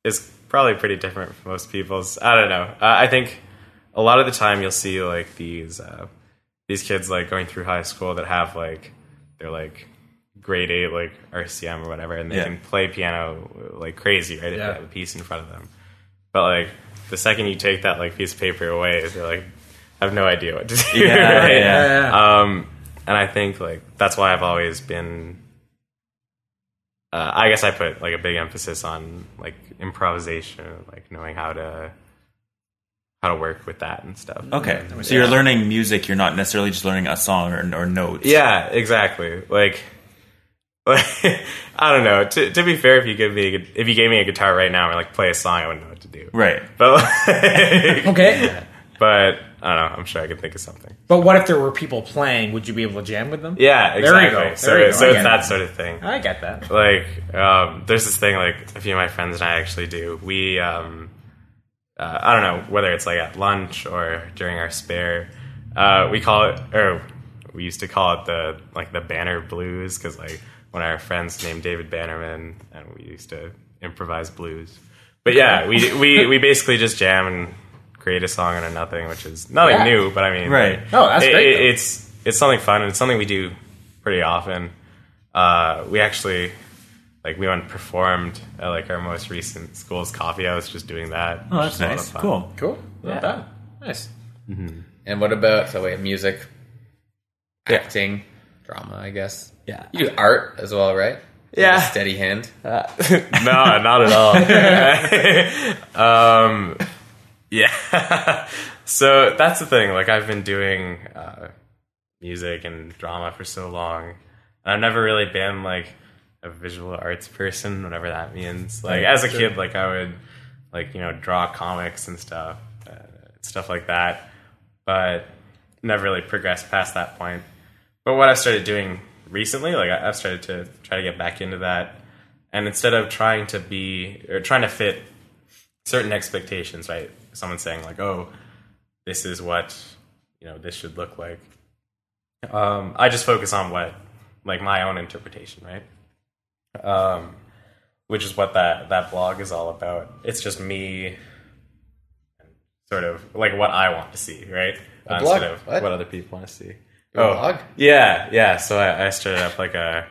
[SPEAKER 4] is probably pretty different from most people's. I don't know. Uh, I think a lot of the time you'll see, like, these, uh, these kids, like, going through high school that have, like, they're, like, grade eight like RCM or whatever, and they
[SPEAKER 3] Yeah.
[SPEAKER 4] can play piano like crazy, right? If
[SPEAKER 2] Yeah.
[SPEAKER 4] they have a piece in front of them. But like the second you take that like piece of paper away, they're like, I have no idea what to do.
[SPEAKER 3] Yeah,
[SPEAKER 4] right?
[SPEAKER 3] yeah.
[SPEAKER 2] Uh,
[SPEAKER 4] Um, and I think like that's why I've always been. Uh, I guess I put like a big emphasis on like improvisation, like knowing how to how to work with that and stuff.
[SPEAKER 2] Oh.
[SPEAKER 3] Okay, so you're learning music. You're not necessarily just learning a song or, or notes.
[SPEAKER 4] Yeah, exactly. Like, I don't know. To, to be fair, if you give me a, gu- if you gave me a guitar right now and like play a song, I wouldn't know what to do.
[SPEAKER 3] Right.
[SPEAKER 4] But
[SPEAKER 2] Okay.
[SPEAKER 4] but I don't know. I'm sure I could think of something.
[SPEAKER 2] But what if there were people playing? Would you be able to jam with them?
[SPEAKER 4] Yeah,
[SPEAKER 2] There you
[SPEAKER 4] exactly.
[SPEAKER 2] go.
[SPEAKER 4] So
[SPEAKER 2] There you go.
[SPEAKER 4] so
[SPEAKER 2] I
[SPEAKER 4] it's
[SPEAKER 2] get
[SPEAKER 4] that
[SPEAKER 2] it.
[SPEAKER 4] sort of thing.
[SPEAKER 2] I get that.
[SPEAKER 4] like um, there's this thing like a few of my friends and I actually do. We um, uh, I don't know whether it's like at lunch or during our spare. Uh, we call it or we used to call it the like the Banner Blues because like one of our friends named David Bannerman and we used to improvise blues. But yeah, we we we basically just jam and create a song out of nothing, which is nothing
[SPEAKER 2] Yeah.
[SPEAKER 4] new. But I mean,
[SPEAKER 3] Right.
[SPEAKER 4] like,
[SPEAKER 2] Oh, that's
[SPEAKER 4] it-
[SPEAKER 2] great,
[SPEAKER 4] it-
[SPEAKER 2] though.
[SPEAKER 4] it's it's something fun and it's something we do pretty often. Uh, we actually like we went and performed at like our most recent school's coffee house, just doing that.
[SPEAKER 3] Oh,
[SPEAKER 4] which
[SPEAKER 3] that's
[SPEAKER 4] is a lot of
[SPEAKER 3] nice.
[SPEAKER 4] fun.
[SPEAKER 3] Cool.
[SPEAKER 2] Cool. Not bad. Nice.
[SPEAKER 1] And what about so wait, music,
[SPEAKER 4] Yeah.
[SPEAKER 1] acting, drama, I guess.
[SPEAKER 4] Yeah.
[SPEAKER 1] You do art as well, right? You have a
[SPEAKER 4] Yeah.
[SPEAKER 1] steady hand.
[SPEAKER 4] no, not at all. um, yeah. so that's the thing. Like I've been doing uh, music and drama for so long, and I've never really been like a visual arts person, whatever that means. Like as a kid, like I would like you know draw comics and stuff, uh, stuff like that, but never really progressed past that point. But what I've started doing recently, like I- I've started to try to get back into that and instead of trying to be or trying to fit certain expectations right someone saying like oh this is what you know this should look like um, i just focus on what like my own interpretation right um, which is what that that blog is all about it's just me sort of like what i want to see right
[SPEAKER 1] blog?
[SPEAKER 4] instead of
[SPEAKER 1] What?
[SPEAKER 4] what? other people want to see Oh,
[SPEAKER 1] Your blog?
[SPEAKER 4] yeah yeah so i, I started up like a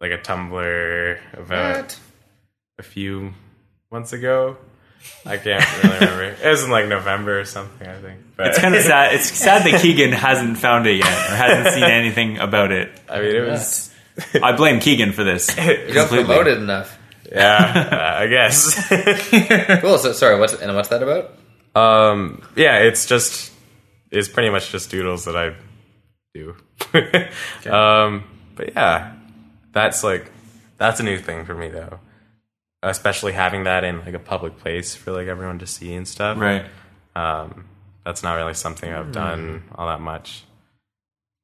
[SPEAKER 4] like a tumblr about
[SPEAKER 1] What?
[SPEAKER 4] a few months ago. I can't really remember. It was in like November or something, I think. But
[SPEAKER 3] It's kind of sad. It's sad that Keegan hasn't found it yet or hasn't seen anything about it.
[SPEAKER 4] I mean, it was.
[SPEAKER 3] I blame Keegan for this.
[SPEAKER 1] You don't promote it enough.
[SPEAKER 4] Yeah, uh, I guess.
[SPEAKER 1] Cool. So sorry. What's and what's that about?
[SPEAKER 4] um, yeah, it's just it's pretty much just doodles that I do. Um, but yeah, that's like that's a new thing for me though. Especially having that in like a public place for like everyone to see and stuff.
[SPEAKER 3] Right.
[SPEAKER 4] um, that's not really something I've done all that much.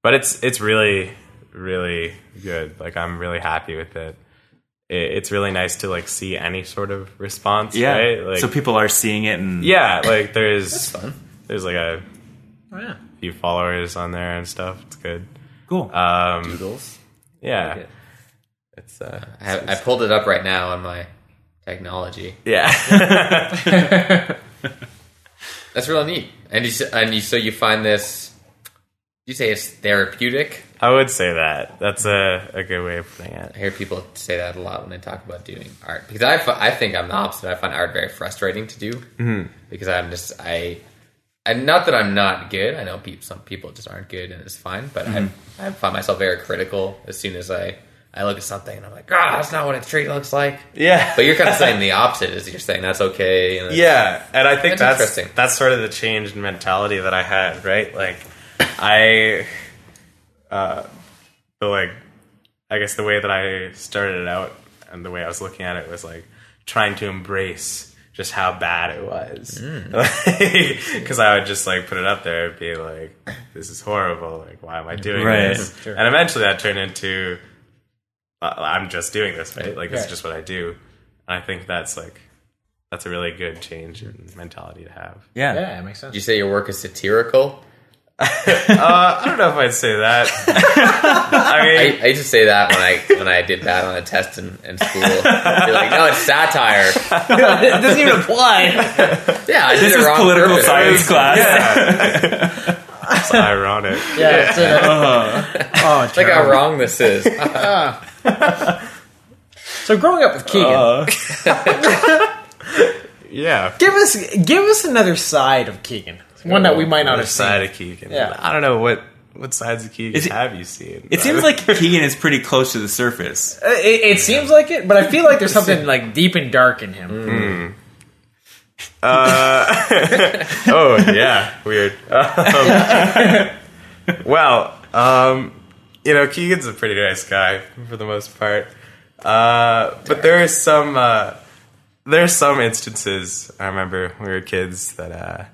[SPEAKER 4] But it's it's really really good. Like I'm really happy with it. it it's really nice to like see any sort of response.
[SPEAKER 3] Yeah.
[SPEAKER 4] Right? Like,
[SPEAKER 3] so people are seeing it and
[SPEAKER 4] yeah, like there's
[SPEAKER 1] Fun.
[SPEAKER 4] there's like a
[SPEAKER 2] Oh, yeah.
[SPEAKER 4] few followers on there and stuff. It's good.
[SPEAKER 3] cool.
[SPEAKER 4] Um,
[SPEAKER 1] Doodles.
[SPEAKER 4] yeah,
[SPEAKER 1] it.
[SPEAKER 4] it's uh,
[SPEAKER 1] I, have, I pulled it up right now on my technology.
[SPEAKER 4] yeah.
[SPEAKER 1] That's real neat. And you s- and you so you find this. You say it's therapeutic.
[SPEAKER 4] I would say that. That's a a good way of putting it.
[SPEAKER 1] I hear people say that a lot when they talk about doing art because I, fi- I think I'm the opposite. I find art very frustrating to do because I'm just I, and not that I'm not good. I know peop some people just aren't good and it's fine, but I I find myself very critical as soon as I I look at something and I'm like, ah, that's not what a tree looks like.
[SPEAKER 4] Yeah.
[SPEAKER 1] But you're kind of saying the opposite. Is you're saying that's okay. And it's-
[SPEAKER 4] Yeah, and I think
[SPEAKER 1] That's
[SPEAKER 4] that's
[SPEAKER 1] interesting.
[SPEAKER 4] that's sort of the change in mentality that I had, right? Like, I, uh, the like, I guess the way that I started it out and the way I was looking at it was like trying to embrace just how bad it was,
[SPEAKER 1] Hmm.
[SPEAKER 4] because I would just like put it up there and be like, "This is horrible! Like, why am I doing
[SPEAKER 3] Right.
[SPEAKER 4] this?" And eventually, that turned into uh, I'm just doing this, right? Like, it's
[SPEAKER 2] Yeah.
[SPEAKER 4] just what I do. And I think that's like, that's a really good change in mentality to have.
[SPEAKER 3] yeah.
[SPEAKER 2] Yeah, it makes sense.
[SPEAKER 1] You say your work is satirical.
[SPEAKER 4] Uh, I don't know if I'd say that. I mean,
[SPEAKER 1] I, I used to say that when I when I did bad on a test in, in school. Be like, no, it's satire.
[SPEAKER 2] it doesn't even apply.
[SPEAKER 1] Yeah, I did
[SPEAKER 3] This
[SPEAKER 1] it
[SPEAKER 3] is
[SPEAKER 1] wrong
[SPEAKER 3] political
[SPEAKER 1] purpose.
[SPEAKER 3] science class.
[SPEAKER 4] it's ironic.
[SPEAKER 2] Yeah. it's, uh, oh, it's
[SPEAKER 1] Look how
[SPEAKER 2] terrible.
[SPEAKER 1] wrong this is.
[SPEAKER 2] So growing up with Keegan,
[SPEAKER 3] Uh,
[SPEAKER 4] Yeah.
[SPEAKER 2] give us give us another side of Keegan. One that we might not
[SPEAKER 4] Other
[SPEAKER 2] have seen.
[SPEAKER 4] side of Keegan.
[SPEAKER 2] Yeah.
[SPEAKER 4] I don't know what what sides of Keegan
[SPEAKER 3] Is it-
[SPEAKER 4] have you seen.
[SPEAKER 3] it seems like Keegan is pretty close to the surface.
[SPEAKER 2] Uh, It, it seems like it, but I feel like there's something like deep and dark in him.
[SPEAKER 4] Oh yeah, weird. Um, well, um, you know, Keegan's a pretty nice guy for the most part, uh, but there are some uh, there are some instances I remember when we were kids that uh,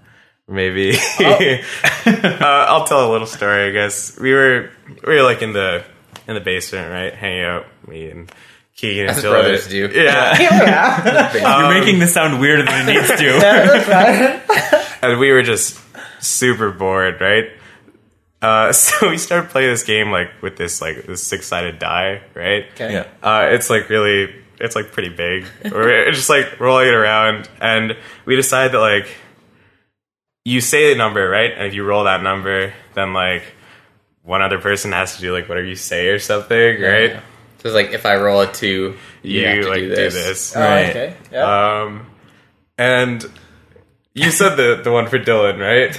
[SPEAKER 4] maybe
[SPEAKER 1] Oh.
[SPEAKER 4] uh, I'll tell a little story. I guess we were we were like in the in the basement, right, hanging out, me and Keegan and
[SPEAKER 1] As
[SPEAKER 4] Dylan.
[SPEAKER 1] brothers do.
[SPEAKER 4] Yeah.
[SPEAKER 2] Yeah.
[SPEAKER 4] Um,
[SPEAKER 3] You're making this sound weirder than it needs to.
[SPEAKER 4] and we were just super bored, right? Uh, so we started playing this game like with this like this six sided die, right?
[SPEAKER 2] Okay.
[SPEAKER 3] yeah.
[SPEAKER 4] Uh, it's like really, it's like pretty big. we're just like rolling it around, and we decided that like you say the number, right? And if you roll that number, then like one other person has to do like whatever you say or something, right?
[SPEAKER 1] Yeah. So it's like if I roll a two, you, have to
[SPEAKER 4] like
[SPEAKER 1] do this.
[SPEAKER 2] Oh,
[SPEAKER 3] Right.
[SPEAKER 2] okay. Yeah.
[SPEAKER 4] Um, and you said the the one for Dylan, right?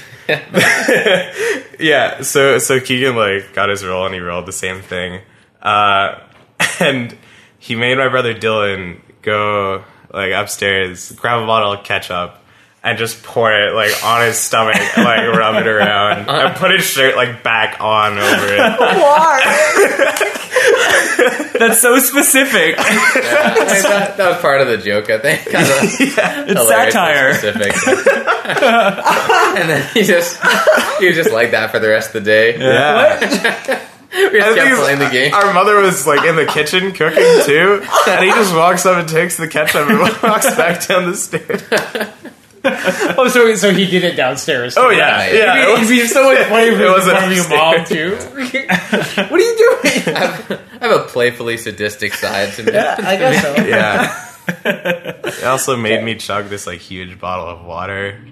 [SPEAKER 4] yeah. So so Keegan like got his roll and he rolled the same thing, uh, and he made my brother Dylan go like upstairs, grab a bottle of ketchup. And just pour it like on his stomach, and, like rub it around, and put his shirt like back on over it.
[SPEAKER 3] That's so specific.
[SPEAKER 1] I mean, that, that was part of the joke, I think. Kind of
[SPEAKER 3] It's
[SPEAKER 1] hilarious and
[SPEAKER 3] satire.
[SPEAKER 1] Specific. and then he just he was just like that for the rest of the day.
[SPEAKER 4] Yeah.
[SPEAKER 1] We just
[SPEAKER 4] And the thing
[SPEAKER 1] kept
[SPEAKER 4] is,
[SPEAKER 1] playing the game.
[SPEAKER 4] Our mother was like in the kitchen cooking too, and he just walks up and takes the ketchup and walks back down the stairs.
[SPEAKER 2] oh, so so he did it downstairs.
[SPEAKER 4] Oh yeah,
[SPEAKER 1] Right.
[SPEAKER 4] yeah. It
[SPEAKER 2] If
[SPEAKER 4] was,
[SPEAKER 2] you someone playing with
[SPEAKER 4] It
[SPEAKER 2] it
[SPEAKER 4] wasn't
[SPEAKER 2] was your mom too. what are you doing?
[SPEAKER 1] I have a playfully sadistic side to me.
[SPEAKER 2] I guess so.
[SPEAKER 4] yeah. It also made me chug this like huge bottle of water. And,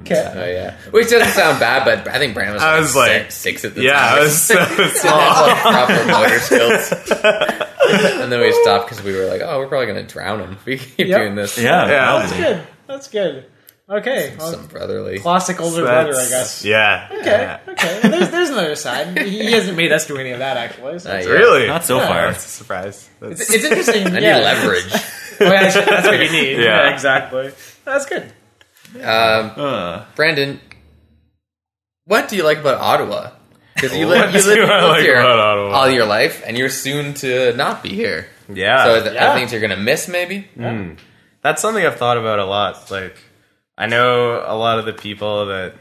[SPEAKER 2] Okay.
[SPEAKER 1] Oh yeah, which doesn't sound bad, but I think Brandon was,
[SPEAKER 4] I was
[SPEAKER 1] like,
[SPEAKER 4] like-
[SPEAKER 1] six, six at the
[SPEAKER 4] Yeah,
[SPEAKER 1] time.
[SPEAKER 4] it was so small.
[SPEAKER 1] That's like proper motor skills. and then we stopped because we were like, "Oh, we're probably gonna drown him if we keep
[SPEAKER 2] Yep.
[SPEAKER 1] doing this."
[SPEAKER 4] Yeah.
[SPEAKER 3] Yeah,
[SPEAKER 2] That's
[SPEAKER 3] probably.
[SPEAKER 2] good. That's good. Okay. Well,
[SPEAKER 1] some brotherly.
[SPEAKER 2] classic older brother, I guess.
[SPEAKER 4] Yeah.
[SPEAKER 2] Okay. Okay. Well, there's there's another side. He hasn't made us do any of that actually. So.
[SPEAKER 1] Not
[SPEAKER 2] it's-
[SPEAKER 1] yet.
[SPEAKER 4] Really?
[SPEAKER 3] Not so
[SPEAKER 2] Yeah.
[SPEAKER 3] far.
[SPEAKER 4] That's a surprise. That's,
[SPEAKER 2] It's interesting.
[SPEAKER 1] I need
[SPEAKER 2] yeah.
[SPEAKER 1] leverage.
[SPEAKER 2] Oh, yeah, that's- that's what you need.
[SPEAKER 4] Yeah.
[SPEAKER 2] Exactly. That's good.
[SPEAKER 1] Um,
[SPEAKER 3] Uh,
[SPEAKER 1] Brandon, what do you like about Ottawa? Because you
[SPEAKER 4] What
[SPEAKER 1] live, you
[SPEAKER 4] do
[SPEAKER 1] live, you
[SPEAKER 4] I
[SPEAKER 1] lived
[SPEAKER 4] like
[SPEAKER 1] here
[SPEAKER 4] about Ottawa?
[SPEAKER 1] all your life, and you're soon to not be here.
[SPEAKER 4] Uh, yeah.
[SPEAKER 1] so th-
[SPEAKER 2] yeah.
[SPEAKER 1] I think you're gonna miss maybe.
[SPEAKER 4] that's something I've thought about a lot. Like, I know a lot of the people that,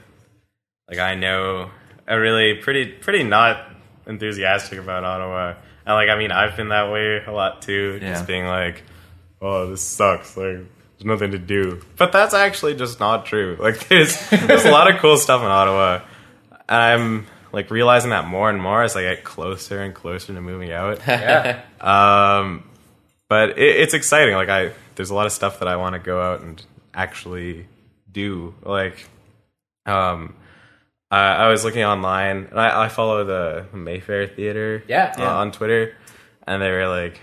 [SPEAKER 4] like, I know are really pretty, pretty not enthusiastic about Ottawa. And, like, I mean, I've been that way a lot too,
[SPEAKER 3] Yeah.
[SPEAKER 4] just being like, oh, this sucks. Like, there's nothing to do. But that's actually just not true. Like, there's, there's a lot of cool stuff in Ottawa. And I'm, like, realizing that more and more as I get closer and closer to moving out.
[SPEAKER 2] Yeah.
[SPEAKER 4] Um, but it, it's exciting. Like I, there's a lot of stuff that I want to go out and actually do. Like, um, I, I was looking online, and I, I follow the Mayfair Theater,
[SPEAKER 2] Yeah.
[SPEAKER 4] uh,
[SPEAKER 2] Yeah.
[SPEAKER 4] on Twitter, and they were like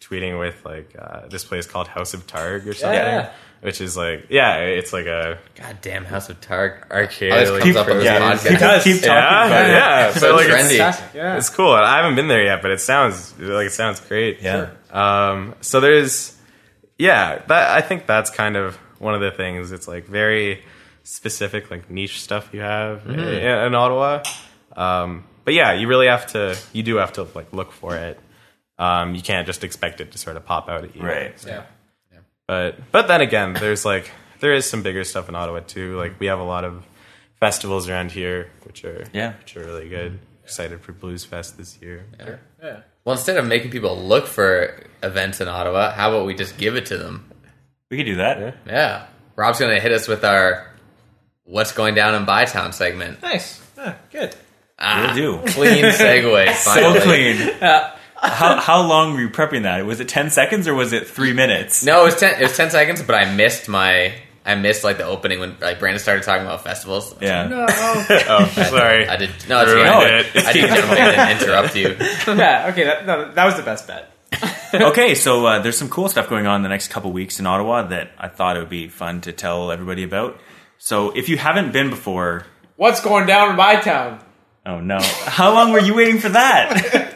[SPEAKER 4] tweeting with like uh, this place called House of Targ or something,
[SPEAKER 2] Yeah.
[SPEAKER 4] which is like, yeah, it's like a
[SPEAKER 1] God damn, House of Targ.
[SPEAKER 4] arcade.
[SPEAKER 1] Always
[SPEAKER 4] like-
[SPEAKER 1] comes up on this
[SPEAKER 3] yeah,
[SPEAKER 1] podcast.
[SPEAKER 2] does.
[SPEAKER 3] Keep talking
[SPEAKER 4] yeah,
[SPEAKER 3] about it.
[SPEAKER 4] yeah. So
[SPEAKER 1] So
[SPEAKER 4] like, it's,
[SPEAKER 1] trendy.
[SPEAKER 2] Fantastic. Yeah.
[SPEAKER 4] it's cool. I haven't been there yet, but it sounds like it sounds great.
[SPEAKER 3] Yeah.
[SPEAKER 4] Um, so there's, yeah, that I think that's kind of one of the things. It's like very specific, like niche stuff you have
[SPEAKER 3] Mm-hmm.
[SPEAKER 4] i- in, Ottawa. Um, but yeah, you really have to, you do have to like look for it. Um, you can't just expect it to sort of pop out at you,
[SPEAKER 3] Right.
[SPEAKER 2] Yeah.
[SPEAKER 4] But but then again, there's like there is some bigger stuff in Ottawa too. Like we have a lot of festivals around here, which are
[SPEAKER 3] Yeah.
[SPEAKER 4] which are really good. Excited for Blues Fest this year.
[SPEAKER 2] Yeah.
[SPEAKER 1] Well, instead of making people look for events in Ottawa, how about we just give it to them?
[SPEAKER 3] We could do that.
[SPEAKER 1] Yeah. Rob's going to hit us with our What's Going Down in Bytown segment.
[SPEAKER 2] Nice. Yeah, good.
[SPEAKER 1] Ah,
[SPEAKER 3] We'll do.
[SPEAKER 1] Clean segue.
[SPEAKER 3] So
[SPEAKER 1] finally.
[SPEAKER 3] clean. How, how long were you prepping that? Was it 10 seconds or was it three minutes?
[SPEAKER 1] No, it was, 10, it was 10 seconds, but I missed my. I missed like the opening when like Brandon started talking about festivals.
[SPEAKER 3] Yeah.
[SPEAKER 4] Oh, sorry.
[SPEAKER 1] I did no, it's
[SPEAKER 4] Ruined
[SPEAKER 1] fine.
[SPEAKER 4] it.
[SPEAKER 1] I did something to interrupt you.
[SPEAKER 2] yeah. Okay. That, no, that was the best bet.
[SPEAKER 3] okay, so uh, there's some cool stuff going on the next couple weeks in Ottawa that I thought it would be fun to tell everybody about. So if you haven't been before,
[SPEAKER 2] What's going down in my town?
[SPEAKER 3] oh no, how long were you waiting for that?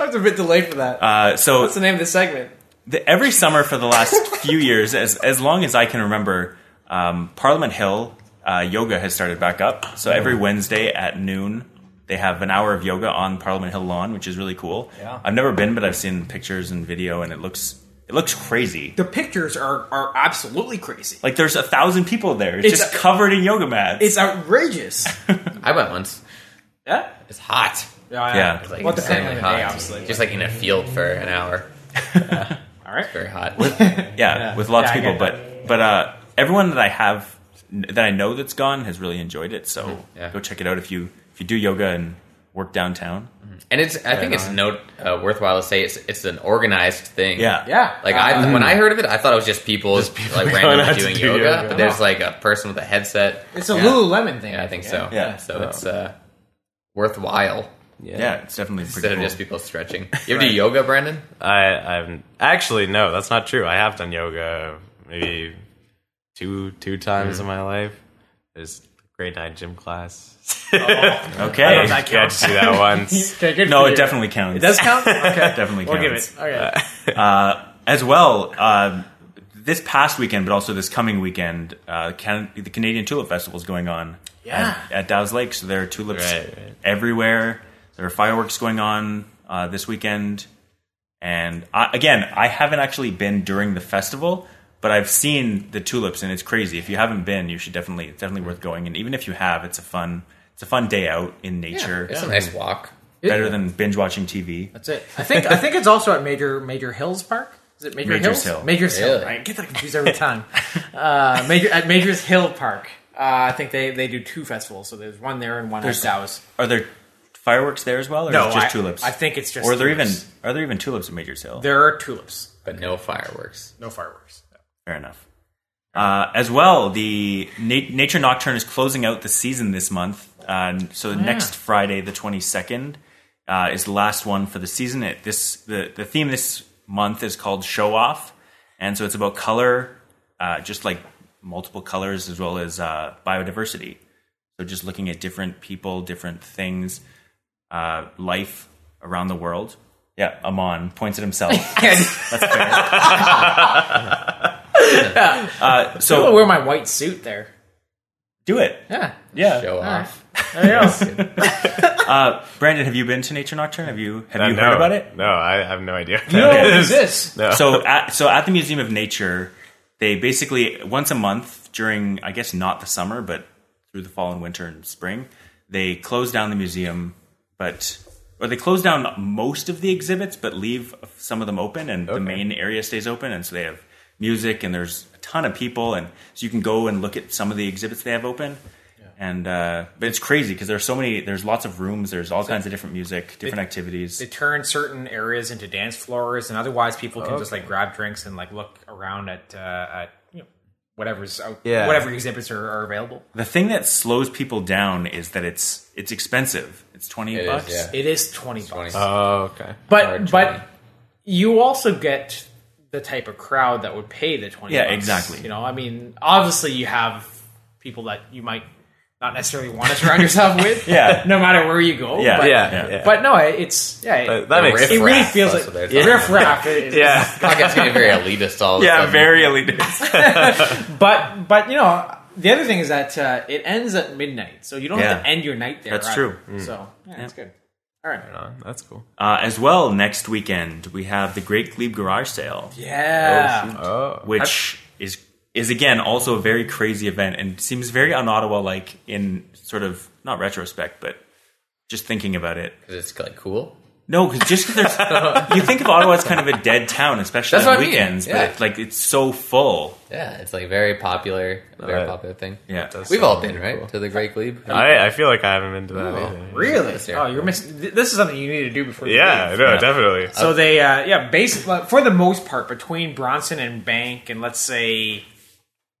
[SPEAKER 2] I was a bit delayed for that.
[SPEAKER 3] Uh, so
[SPEAKER 2] What's the name of the segment?
[SPEAKER 3] the, every summer for the last few years, as as long as I can remember, um, Parliament Hill uh, yoga has started back up. So every Wednesday at noon, they have an hour of yoga on Parliament Hill lawn, which is really cool.
[SPEAKER 1] Yeah.
[SPEAKER 3] I've never been, but I've seen pictures and video, and it looks it looks crazy.
[SPEAKER 5] The pictures are are absolutely crazy.
[SPEAKER 3] Like there's a thousand people there. It's,
[SPEAKER 5] It's
[SPEAKER 3] just
[SPEAKER 5] a-
[SPEAKER 3] covered in yoga mats.
[SPEAKER 5] It's outrageous.
[SPEAKER 1] I went once.
[SPEAKER 5] yeah.
[SPEAKER 1] It's hot.
[SPEAKER 3] yeah.
[SPEAKER 1] It's like
[SPEAKER 2] Well,
[SPEAKER 1] insanely
[SPEAKER 2] depending on
[SPEAKER 1] hot.
[SPEAKER 2] the day, obviously.
[SPEAKER 1] Just like in a field for an hour.
[SPEAKER 2] All right.
[SPEAKER 1] Very hot.
[SPEAKER 3] yeah,
[SPEAKER 2] Yeah.
[SPEAKER 3] with lots
[SPEAKER 2] Yeah,
[SPEAKER 3] of
[SPEAKER 2] I
[SPEAKER 3] people.
[SPEAKER 2] get
[SPEAKER 3] But but uh, everyone that I have that I know that's gone has really enjoyed it. So
[SPEAKER 1] Yeah.
[SPEAKER 3] go check it out if you if you do yoga and work downtown.
[SPEAKER 1] And it's. I think it's no uh, worthwhile to say it's. It's an organized thing.
[SPEAKER 3] Yeah,
[SPEAKER 5] Yeah.
[SPEAKER 1] Like
[SPEAKER 2] Uh,
[SPEAKER 1] I, when I heard of it, I thought it was just people, like
[SPEAKER 4] out
[SPEAKER 1] randomly
[SPEAKER 4] to
[SPEAKER 1] doing
[SPEAKER 4] do
[SPEAKER 1] yoga,
[SPEAKER 4] yoga.
[SPEAKER 1] But there's like a person with a headset.
[SPEAKER 2] It's a Lululemon thing.
[SPEAKER 1] Yeah, I think so.
[SPEAKER 3] Yeah.
[SPEAKER 1] So it's uh, worthwhile
[SPEAKER 3] yeah, it's definitely
[SPEAKER 1] instead
[SPEAKER 3] pretty
[SPEAKER 1] of
[SPEAKER 3] cool.
[SPEAKER 1] just people stretching. You ever do yoga, Brandon?
[SPEAKER 4] I I've actually no, that's not true. I have done yoga maybe two two times in my life. There's grade nine gym class.
[SPEAKER 3] okay.
[SPEAKER 4] I can't do that once.
[SPEAKER 2] Okay, good
[SPEAKER 3] No,
[SPEAKER 2] for
[SPEAKER 3] it
[SPEAKER 2] you.
[SPEAKER 3] definitely counts. It
[SPEAKER 5] Does count? Okay.
[SPEAKER 3] definitely counts. Uh,
[SPEAKER 5] We'll give it. Okay.
[SPEAKER 3] As well, uh, this past weekend, but also this coming weekend, uh, Can- the Canadian Tulip Festival is going on
[SPEAKER 5] Yeah.
[SPEAKER 3] at, at Dow's Lake. So there are tulips
[SPEAKER 4] Right, right.
[SPEAKER 3] everywhere. There are fireworks going on uh, this weekend. And I, again, I haven't actually been during the festival, but I've seen the tulips, and it's crazy. If you haven't been, you should definitely it's definitely worth going. And even if you have, it's a fun it's a fun day out in nature.
[SPEAKER 1] It's a nice walk.
[SPEAKER 3] Better than binge watching TV.
[SPEAKER 5] That's it.
[SPEAKER 2] I think I think it's also at Major Major Hills Park. Is it Major
[SPEAKER 3] Major's
[SPEAKER 2] Hills?
[SPEAKER 3] Hill.
[SPEAKER 2] Major's Hill.
[SPEAKER 1] Really?
[SPEAKER 2] Right? I get that confused every time. uh, Major at Major's Hill Park. Uh, I think they, they do two festivals. So there's one there and one at Dow's.
[SPEAKER 3] Are there fireworks there as well, or is it just
[SPEAKER 2] I,
[SPEAKER 3] tulips?
[SPEAKER 2] I think it's just.
[SPEAKER 3] or are there even
[SPEAKER 2] tulips.
[SPEAKER 3] are there even tulips at Major's Hill?
[SPEAKER 2] there are tulips,
[SPEAKER 1] But no fireworks.
[SPEAKER 2] no fireworks.
[SPEAKER 3] Fair enough. Uh, as well, the Na- Nature Nocturne is closing out the season this month. Uh, so next Friday, the twenty second, uh, is the last one for the season. It, this the the theme this month is called Show Off, and so it's about color, uh, just like multiple colors as well as uh, biodiversity. So just looking at different people, different things, uh, life around the world. Yeah, Amon points at himself. That's fair. uh,
[SPEAKER 2] I'm
[SPEAKER 3] so
[SPEAKER 2] gonna wear my white suit there.
[SPEAKER 3] do it.
[SPEAKER 2] Yeah,
[SPEAKER 3] Yeah.
[SPEAKER 1] Show off.
[SPEAKER 2] there you go.
[SPEAKER 3] Brandon, have you been to Nature Nocturne? Have you have you
[SPEAKER 4] Uh, no,
[SPEAKER 3] heard about it?
[SPEAKER 4] No, I have no idea.
[SPEAKER 2] No, what is this?
[SPEAKER 4] No.
[SPEAKER 3] So at, so at the Museum of Nature, they basically once a month during I guess not the summer, but through the fall and winter and spring, they close down the museum, but or they close down most of the exhibits, but leave some of them open, and the main area stays open, and so they have music and there's a ton of people, and so you can go and look at some of the exhibits they have open. And uh, but it's crazy because there's so many. There's lots of rooms. There's all kinds of different music, different activities.
[SPEAKER 2] They turn certain areas into dance floors, and otherwise people can just like grab drinks and like look around at uh, at you know whatever's out,
[SPEAKER 4] Yeah.
[SPEAKER 2] whatever exhibits are, are available.
[SPEAKER 3] The thing that slows people down is that it's it's expensive. It's twenty
[SPEAKER 1] It is,
[SPEAKER 3] bucks.
[SPEAKER 1] yeah.
[SPEAKER 2] It is twenty bucks.
[SPEAKER 1] Twenty-
[SPEAKER 4] Oh, okay.
[SPEAKER 1] Hard
[SPEAKER 2] but
[SPEAKER 1] twenty.
[SPEAKER 2] but you also get the type of crowd that would pay the twenty.
[SPEAKER 3] Yeah,
[SPEAKER 2] bucks.
[SPEAKER 3] exactly.
[SPEAKER 2] You know, I mean, obviously you have people that you might not necessarily want to surround yourself with.
[SPEAKER 3] Yeah.
[SPEAKER 2] no matter where you go.
[SPEAKER 3] Yeah,
[SPEAKER 2] but,
[SPEAKER 4] yeah,
[SPEAKER 3] yeah.
[SPEAKER 4] yeah.
[SPEAKER 2] But no, it- it's yeah. It,
[SPEAKER 4] But that makes
[SPEAKER 1] riff
[SPEAKER 2] it really
[SPEAKER 1] raff,
[SPEAKER 2] feels
[SPEAKER 1] that's
[SPEAKER 2] like
[SPEAKER 1] what they're
[SPEAKER 2] riff
[SPEAKER 1] talking about.
[SPEAKER 2] raff. It, it-
[SPEAKER 4] yeah,
[SPEAKER 1] It's getting very elitist all of a sudden.
[SPEAKER 3] elitist.
[SPEAKER 2] But but you know the other thing is that uh, it ends at midnight, so you don't have to
[SPEAKER 3] Yeah.
[SPEAKER 2] end your night there.
[SPEAKER 3] That's
[SPEAKER 2] either.
[SPEAKER 3] true.
[SPEAKER 2] So yeah, that's good. All right.
[SPEAKER 4] Oh, that's cool.
[SPEAKER 3] Uh, as well, next weekend we have the Great Glebe Garage Sale,
[SPEAKER 2] Yeah.
[SPEAKER 4] Oh,
[SPEAKER 3] which is is again also a very crazy event and seems very un Ottawa like in sort of not retrospect, but just thinking about it.
[SPEAKER 1] 'Cause it's like cool.
[SPEAKER 3] No, 'cause just 'cause there's you think of Ottawa as kind of a dead town, especially
[SPEAKER 1] That's
[SPEAKER 3] on
[SPEAKER 1] what I mean,
[SPEAKER 3] weekends,
[SPEAKER 1] yeah.
[SPEAKER 3] but it's like it's so full.
[SPEAKER 1] Yeah, it's like very popular, very
[SPEAKER 4] Alright.
[SPEAKER 1] popular thing.
[SPEAKER 3] Yeah,
[SPEAKER 1] We've all been right to the Great Glebe.
[SPEAKER 4] I I feel like I haven't been to that either.
[SPEAKER 2] Really?
[SPEAKER 1] This year.
[SPEAKER 2] Oh, you're missing. th- This is something you need to do before. you leave.
[SPEAKER 4] Yeah, no,
[SPEAKER 3] Yeah.
[SPEAKER 4] definitely.
[SPEAKER 2] So they, uh, yeah, basically for the most part between Bronson and Bank, and let's say,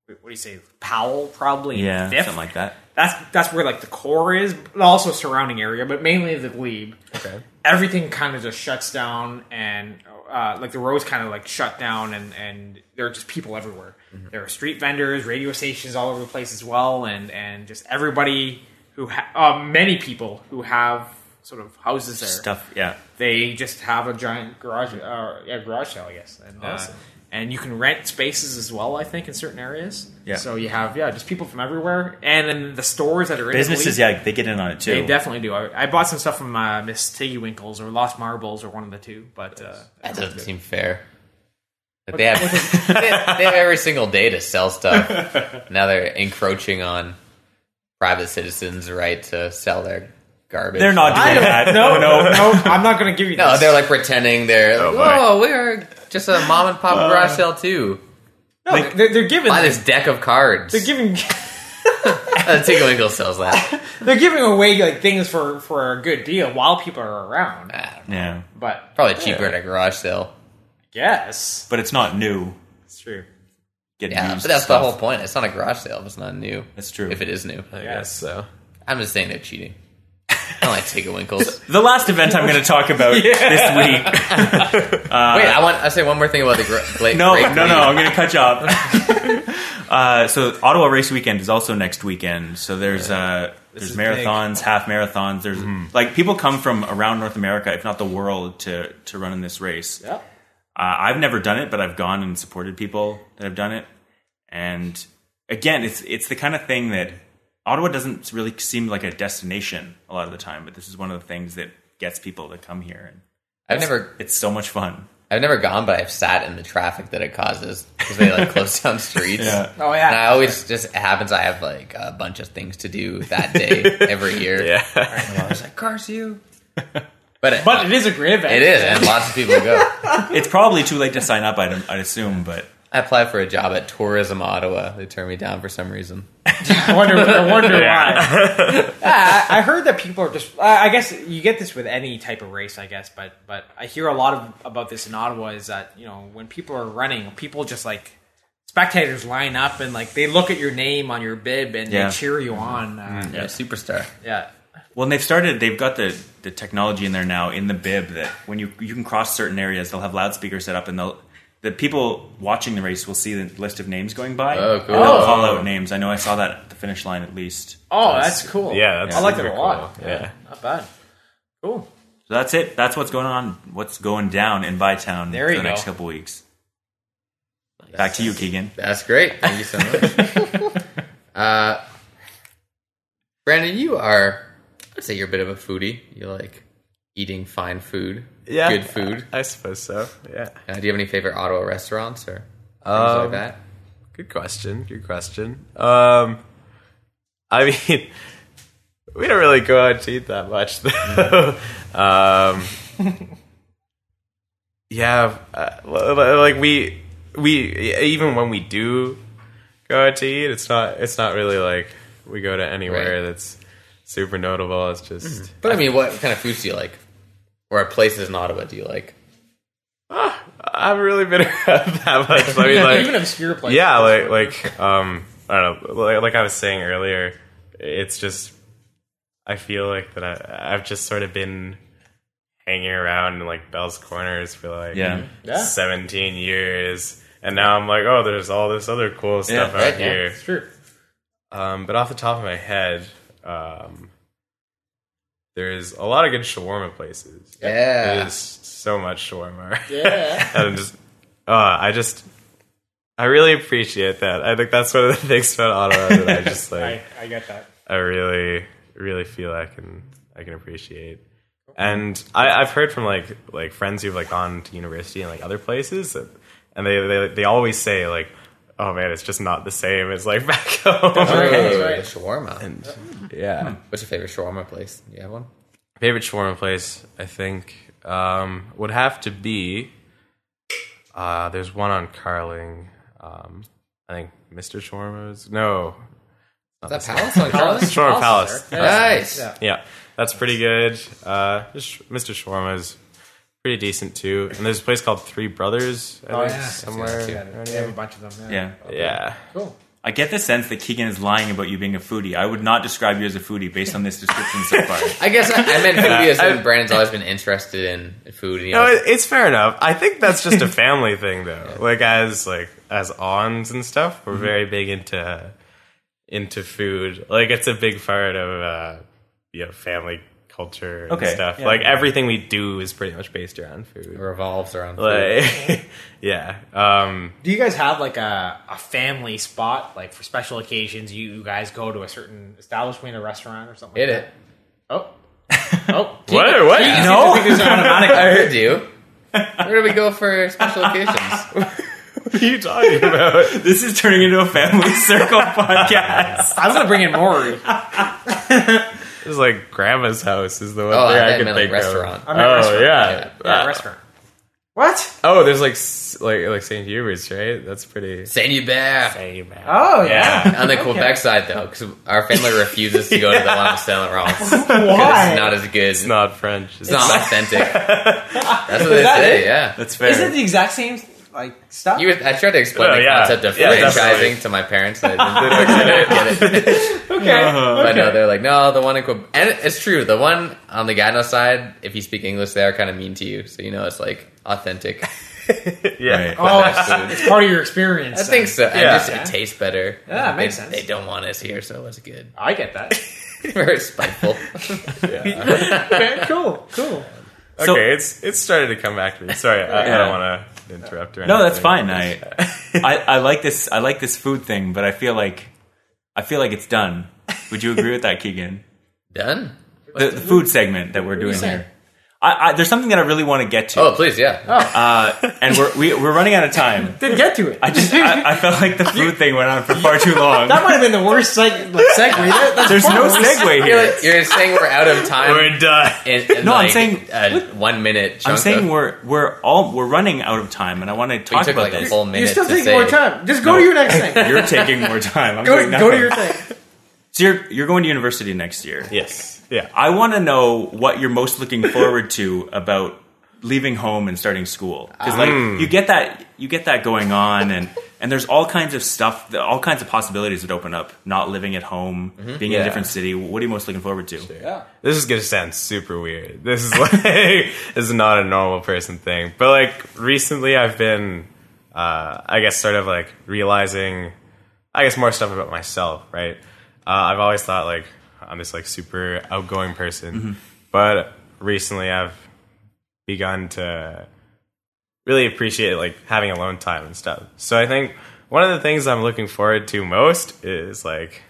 [SPEAKER 2] what do you say, Powell probably
[SPEAKER 3] yeah,
[SPEAKER 2] fifth.
[SPEAKER 3] something like that.
[SPEAKER 2] that's that's where like the core is, but also surrounding area, but mainly the glebe.
[SPEAKER 4] Okay.
[SPEAKER 2] Everything kind of just shuts down, and uh, like the roads kind of like shut down, and and there are just people everywhere.
[SPEAKER 3] Mm-hmm.
[SPEAKER 2] There are street vendors, radio stations all over the place as well, and and just everybody who ha- uh, many people who have sort of
[SPEAKER 5] houses there.
[SPEAKER 3] stuff. Yeah,
[SPEAKER 2] they just have a giant garage, uh, yeah, garage sale, I guess. And, uh,
[SPEAKER 5] Awesome.
[SPEAKER 2] and you can rent spaces as well, I think, in certain areas.
[SPEAKER 3] Yeah.
[SPEAKER 2] So you have yeah, just people from everywhere, and then the stores that are in
[SPEAKER 3] businesses.
[SPEAKER 2] Italy,
[SPEAKER 3] Yeah, they get in on it too.
[SPEAKER 2] They definitely do. I, I bought some stuff from uh, Miss Tiggy Winkles or Lost Marbles or one of the two, but uh,
[SPEAKER 1] That doesn't seem fair. That they have they, they have every single day to sell stuff. now they're encroaching on private citizens' right to sell their garbage.
[SPEAKER 3] They're not doing that. No, no.
[SPEAKER 2] no, I'm not going to give you.
[SPEAKER 1] Oh, No,
[SPEAKER 2] this.
[SPEAKER 1] they're like pretending they're.
[SPEAKER 3] Oh,
[SPEAKER 4] boy.
[SPEAKER 1] Whoa, we are just a mom and
[SPEAKER 3] Uh,
[SPEAKER 1] pop garage sale too.
[SPEAKER 2] no, they're, they're giving,
[SPEAKER 1] Buy this deck of cards.
[SPEAKER 2] they're giving,
[SPEAKER 1] Uh, Tinkle Winkle sells that.
[SPEAKER 2] they're giving away like things for for a good deal while people are around.
[SPEAKER 1] Ah,
[SPEAKER 3] Yeah,
[SPEAKER 2] But
[SPEAKER 1] Probably cheaper at a garage sale.
[SPEAKER 2] yes,
[SPEAKER 3] but it's not new.
[SPEAKER 2] it's true.
[SPEAKER 3] Get
[SPEAKER 1] Yeah,
[SPEAKER 3] used
[SPEAKER 1] but that's
[SPEAKER 3] stuff.
[SPEAKER 1] the whole point. It's not a garage sale. if It's not new.
[SPEAKER 3] That's true. Oh,
[SPEAKER 1] If it is new,
[SPEAKER 4] I guess so.
[SPEAKER 1] I'm just saying they're cheating. I don't like Tinkle Winkles.
[SPEAKER 3] The last event I'm going to talk about this week.
[SPEAKER 1] Wait, I want. I say one more thing about the gra- Blake.
[SPEAKER 3] No,
[SPEAKER 1] Blake
[SPEAKER 3] no,
[SPEAKER 1] Lee.
[SPEAKER 3] no. I'm going to cut you off. uh, so Ottawa Race Weekend is also next weekend. So there's uh, there's
[SPEAKER 4] is
[SPEAKER 3] marathons, half marathons. There's
[SPEAKER 1] Mm-hmm.
[SPEAKER 3] like people come from around North America, if not the world, to to run in this race.
[SPEAKER 5] Yep.
[SPEAKER 3] Uh, I've never done it, but I've gone and supported people that have done it. And again, it's it's the kind of thing that Ottawa doesn't really seem like a destination a lot of the time, but this is one of the things that gets people to come here. And
[SPEAKER 1] I've never,
[SPEAKER 3] it's so much fun.
[SPEAKER 1] I've never gone, but I've sat in the traffic that it causes because they like close down streets.
[SPEAKER 5] Oh
[SPEAKER 1] And
[SPEAKER 5] yeah.
[SPEAKER 1] I always just it happens. I have like a bunch of things to do that day every year.
[SPEAKER 4] Yeah.
[SPEAKER 1] And I'm always like, curse you. But it,
[SPEAKER 2] But it is a great event.
[SPEAKER 1] it is, and lots of people go.
[SPEAKER 3] it's probably too late to sign up. I'd, I'd assume, but
[SPEAKER 1] I applied for a job at Tourism Ottawa. They turned me down for some reason.
[SPEAKER 2] I wonder, I wonder why. Yeah, I, I heard that people are just. I I guess you get this with any type of race, I guess, but but I hear a lot of about this in Ottawa is that you know when people are running, people just like spectators line up and like they look at your name on your bib and
[SPEAKER 3] Yeah.
[SPEAKER 2] they cheer you on.
[SPEAKER 4] Mm.
[SPEAKER 2] Uh,
[SPEAKER 1] Yeah, superstar.
[SPEAKER 2] Yeah,
[SPEAKER 3] well, and they've started. They've got the the technology in there now in the bib that when you you can cross certain areas, they'll have loudspeakers set up, and they'll the people watching the race will see the list of names going by.
[SPEAKER 1] Oh, cool.
[SPEAKER 3] And they'll
[SPEAKER 1] Oh.
[SPEAKER 3] call out names. I know. I saw that at the finish line at least.
[SPEAKER 2] Oh, that's cool.
[SPEAKER 4] Yeah, that's
[SPEAKER 2] I like that a
[SPEAKER 4] super
[SPEAKER 2] lot.
[SPEAKER 4] cool. Yeah.
[SPEAKER 2] Not bad. Cool.
[SPEAKER 3] So that's it. That's what's going on. What's going down in Bytown
[SPEAKER 2] There
[SPEAKER 3] for
[SPEAKER 2] you
[SPEAKER 3] the next
[SPEAKER 2] go.
[SPEAKER 3] couple weeks. Back to you, Keegan.
[SPEAKER 1] That's great. Thank you so much. uh, Brandon, you are, I'd say you're a bit of a foodie. You like eating fine food,
[SPEAKER 4] Yeah.
[SPEAKER 1] good food.
[SPEAKER 4] I suppose so. Yeah.
[SPEAKER 1] Uh, do you have any favorite Ottawa restaurants or things like
[SPEAKER 4] Um,
[SPEAKER 1] that?
[SPEAKER 4] Good question. Good question. Um, I mean, we don't really go out to eat that much, though. um, yeah, uh, li- li- like we we even when we do go out to eat, it's not it's not really like we go to anywhere
[SPEAKER 1] Right.
[SPEAKER 4] that's super notable. It's just
[SPEAKER 1] But I mean, what kind of foods do you like? Or places in Ottawa do you like?
[SPEAKER 4] I've really been around that much. I mean, like
[SPEAKER 2] Even obscure places.
[SPEAKER 4] yeah like like um i don't know like, like i was saying earlier it's just i feel like that I, i've just sort of been hanging around in like bell's corners for like
[SPEAKER 3] Yeah.
[SPEAKER 2] Yeah.
[SPEAKER 4] 17 years and now i'm like oh there's all this other cool stuff
[SPEAKER 3] Yeah,
[SPEAKER 4] out
[SPEAKER 1] right, yeah.
[SPEAKER 4] here
[SPEAKER 2] It's true.
[SPEAKER 4] um but off the top of my head um there's a lot of good shawarma places
[SPEAKER 1] Yeah.
[SPEAKER 4] there's so much shawarma
[SPEAKER 2] Yeah.
[SPEAKER 4] and I'm just, uh, I just, I really appreciate that. I think that's one of the things about Ottawa that I just
[SPEAKER 2] I,
[SPEAKER 4] like.
[SPEAKER 2] I get that.
[SPEAKER 4] I really, really feel I can, I can appreciate. And I, I've heard from like like friends who've like gone to university and like other places, that, and they, they they always say like, oh man, it's just not the same as like back home.
[SPEAKER 2] right, that's
[SPEAKER 1] Ooh,
[SPEAKER 2] right.
[SPEAKER 1] Shawarma.
[SPEAKER 4] yeah.
[SPEAKER 1] What's your favorite shawarma place? Do you have one?
[SPEAKER 4] favorite shawarma place I think um, would have to be. Uh, there's one on Carling. Um, I think Mr. Shawarma's. No,
[SPEAKER 1] Is that Palace on Carlin?
[SPEAKER 4] Shawarma Palace.
[SPEAKER 1] Nice.
[SPEAKER 2] Yeah.
[SPEAKER 4] Yeah, that's pretty good. Uh, just Mr. Shawarma's pretty decent too. And there's a place called Three Brothers. I think,
[SPEAKER 2] Oh, yeah.
[SPEAKER 4] Oh, somewhere.
[SPEAKER 1] Yeah.
[SPEAKER 2] They have a bunch of them.
[SPEAKER 3] Yeah.
[SPEAKER 4] Yeah.
[SPEAKER 2] Cool.
[SPEAKER 3] I get the sense that Keegan is lying about you being a foodie. I would not describe you as a foodie based on this description so far.
[SPEAKER 1] I guess I, I meant foodie as in
[SPEAKER 4] I-
[SPEAKER 1] Brandon's always been interested in food. And he
[SPEAKER 4] No,
[SPEAKER 1] always-
[SPEAKER 4] it, it's fair enough. I think that's just a family thing, though. Like as like as ons and stuff, we're very big into into food. Like it's a big part of uh, you know family culture and
[SPEAKER 3] Okay,
[SPEAKER 4] stuff.
[SPEAKER 3] yeah.
[SPEAKER 4] Like everything we do is pretty much based around
[SPEAKER 1] It
[SPEAKER 4] food.
[SPEAKER 1] revolves around. food.
[SPEAKER 4] Like, yeah. Um,
[SPEAKER 2] Do you guys have like a, a family spot, like for special occasions? You, you guys go to a certain establishment, a restaurant, or something.
[SPEAKER 1] Hit
[SPEAKER 2] like
[SPEAKER 1] it.
[SPEAKER 2] That? Oh, oh,
[SPEAKER 4] what? What?
[SPEAKER 2] no. There's an automatic.
[SPEAKER 1] I heard you. Where do we go for special occasions?
[SPEAKER 4] What are you talking about?
[SPEAKER 3] This is turning into a family circle podcast.
[SPEAKER 2] I was gonna bring in Maury.
[SPEAKER 4] It's like grandma's house is the one
[SPEAKER 1] Oh,
[SPEAKER 4] thing
[SPEAKER 1] I
[SPEAKER 4] I,
[SPEAKER 1] meant
[SPEAKER 4] can
[SPEAKER 1] like
[SPEAKER 4] think
[SPEAKER 1] restaurant.
[SPEAKER 4] of.
[SPEAKER 2] meant
[SPEAKER 4] oh
[SPEAKER 2] restaurant,
[SPEAKER 4] yeah.
[SPEAKER 2] Yeah,
[SPEAKER 4] Uh,
[SPEAKER 2] restaurant.
[SPEAKER 5] What?
[SPEAKER 4] oh, there's like s- like like St. Hubert's, right? That's pretty.
[SPEAKER 1] Saint Hubert.
[SPEAKER 5] Oh yeah.
[SPEAKER 1] On the Quebec side, though, because our family refuses to go to the one in Saint Laurent. 'Cause
[SPEAKER 5] Why?
[SPEAKER 1] It's not as good. It's
[SPEAKER 4] It's
[SPEAKER 1] not,
[SPEAKER 4] not French. It's
[SPEAKER 1] authentic. That's what they
[SPEAKER 5] that
[SPEAKER 1] say.
[SPEAKER 5] it?
[SPEAKER 1] Yeah.
[SPEAKER 3] That's fair.
[SPEAKER 5] Is it the exact same like stuff?
[SPEAKER 1] You, I tried to explain
[SPEAKER 4] Oh,
[SPEAKER 1] the
[SPEAKER 4] yeah.
[SPEAKER 1] concept of
[SPEAKER 4] Yeah,
[SPEAKER 1] franchising
[SPEAKER 4] definitely.
[SPEAKER 1] to my parents. and They didn't, they didn't get it.
[SPEAKER 5] okay.
[SPEAKER 1] But no, they're like, no, the one in Quebec. And it- it's true. The one on the Gatineau side, if you speak English, they are kind of mean to you. So you know it's like authentic.
[SPEAKER 4] yeah.
[SPEAKER 3] Right.
[SPEAKER 2] Oh,
[SPEAKER 1] French
[SPEAKER 2] it's,
[SPEAKER 1] food.
[SPEAKER 2] it's part of your experience.
[SPEAKER 1] I think so. And
[SPEAKER 4] Yeah.
[SPEAKER 1] just, it tastes better.
[SPEAKER 5] Yeah, it makes
[SPEAKER 1] They-
[SPEAKER 5] sense.
[SPEAKER 1] They don't want us here, so it's good.
[SPEAKER 2] I get that.
[SPEAKER 1] Very spiteful.
[SPEAKER 2] okay, cool, cool.
[SPEAKER 4] Okay,
[SPEAKER 3] So-
[SPEAKER 4] it's it's started to come back to me. Sorry, I, I
[SPEAKER 3] Yeah.
[SPEAKER 4] don't want to interrupt. Or
[SPEAKER 3] No, that's
[SPEAKER 4] anything.
[SPEAKER 3] fine. I, I I like this I like this food thing, but I feel like I feel like it's done. Would you agree with that, Keegan?
[SPEAKER 1] Done.
[SPEAKER 3] The, the food segment that we're doing here. I, I, there's something that I really want to get to,
[SPEAKER 1] Oh, please, yeah.
[SPEAKER 3] uh, and we're we, we're running out of time.
[SPEAKER 2] Didn't get to it.
[SPEAKER 3] I just I, I felt like the food thing went on for far too long.
[SPEAKER 2] that might have been the worst seg- like, segue. That- that's
[SPEAKER 3] There's no
[SPEAKER 2] fun.
[SPEAKER 3] segue
[SPEAKER 1] You're,
[SPEAKER 3] here.
[SPEAKER 1] like- you're saying we're out of time.
[SPEAKER 4] We're done.
[SPEAKER 1] in, in
[SPEAKER 3] No, I'm
[SPEAKER 1] like
[SPEAKER 3] saying-
[SPEAKER 1] a one minute. Chunk
[SPEAKER 3] I'm saying
[SPEAKER 1] of,
[SPEAKER 3] we're we're all we're running out of time, and I want to
[SPEAKER 1] we
[SPEAKER 3] talk
[SPEAKER 1] took
[SPEAKER 3] about
[SPEAKER 1] like a
[SPEAKER 3] this.
[SPEAKER 1] whole minute.
[SPEAKER 2] You're still
[SPEAKER 1] to
[SPEAKER 2] taking
[SPEAKER 1] say,
[SPEAKER 2] more time. Just go to your next thing.
[SPEAKER 3] You're taking more time. I'm
[SPEAKER 2] go,
[SPEAKER 3] doing
[SPEAKER 2] go to
[SPEAKER 3] nothing.
[SPEAKER 2] your thing.
[SPEAKER 3] So you're you're going to university next year.
[SPEAKER 4] Yes. Yeah.
[SPEAKER 3] I want to know what you're most looking forward to about leaving home and starting school because like
[SPEAKER 1] Mm.
[SPEAKER 3] you get that you get that going on and and there's all kinds of stuff that- all kinds of possibilities that open up not living at home
[SPEAKER 1] Mm-hmm.
[SPEAKER 3] being in a
[SPEAKER 4] Yeah.
[SPEAKER 3] different city what are you most looking forward to
[SPEAKER 5] Yeah.
[SPEAKER 4] This is gonna sound super weird. This is like this is not a normal person thing. But like recently, I've been, uh, I guess, sort of like realizing, I guess, more stuff about myself. Right? Uh, I've always thought like I'm this like super outgoing person,
[SPEAKER 3] Mm-hmm.
[SPEAKER 4] but recently I've begun to really appreciate like having alone time and stuff. So I think one of the things I'm looking forward to most is like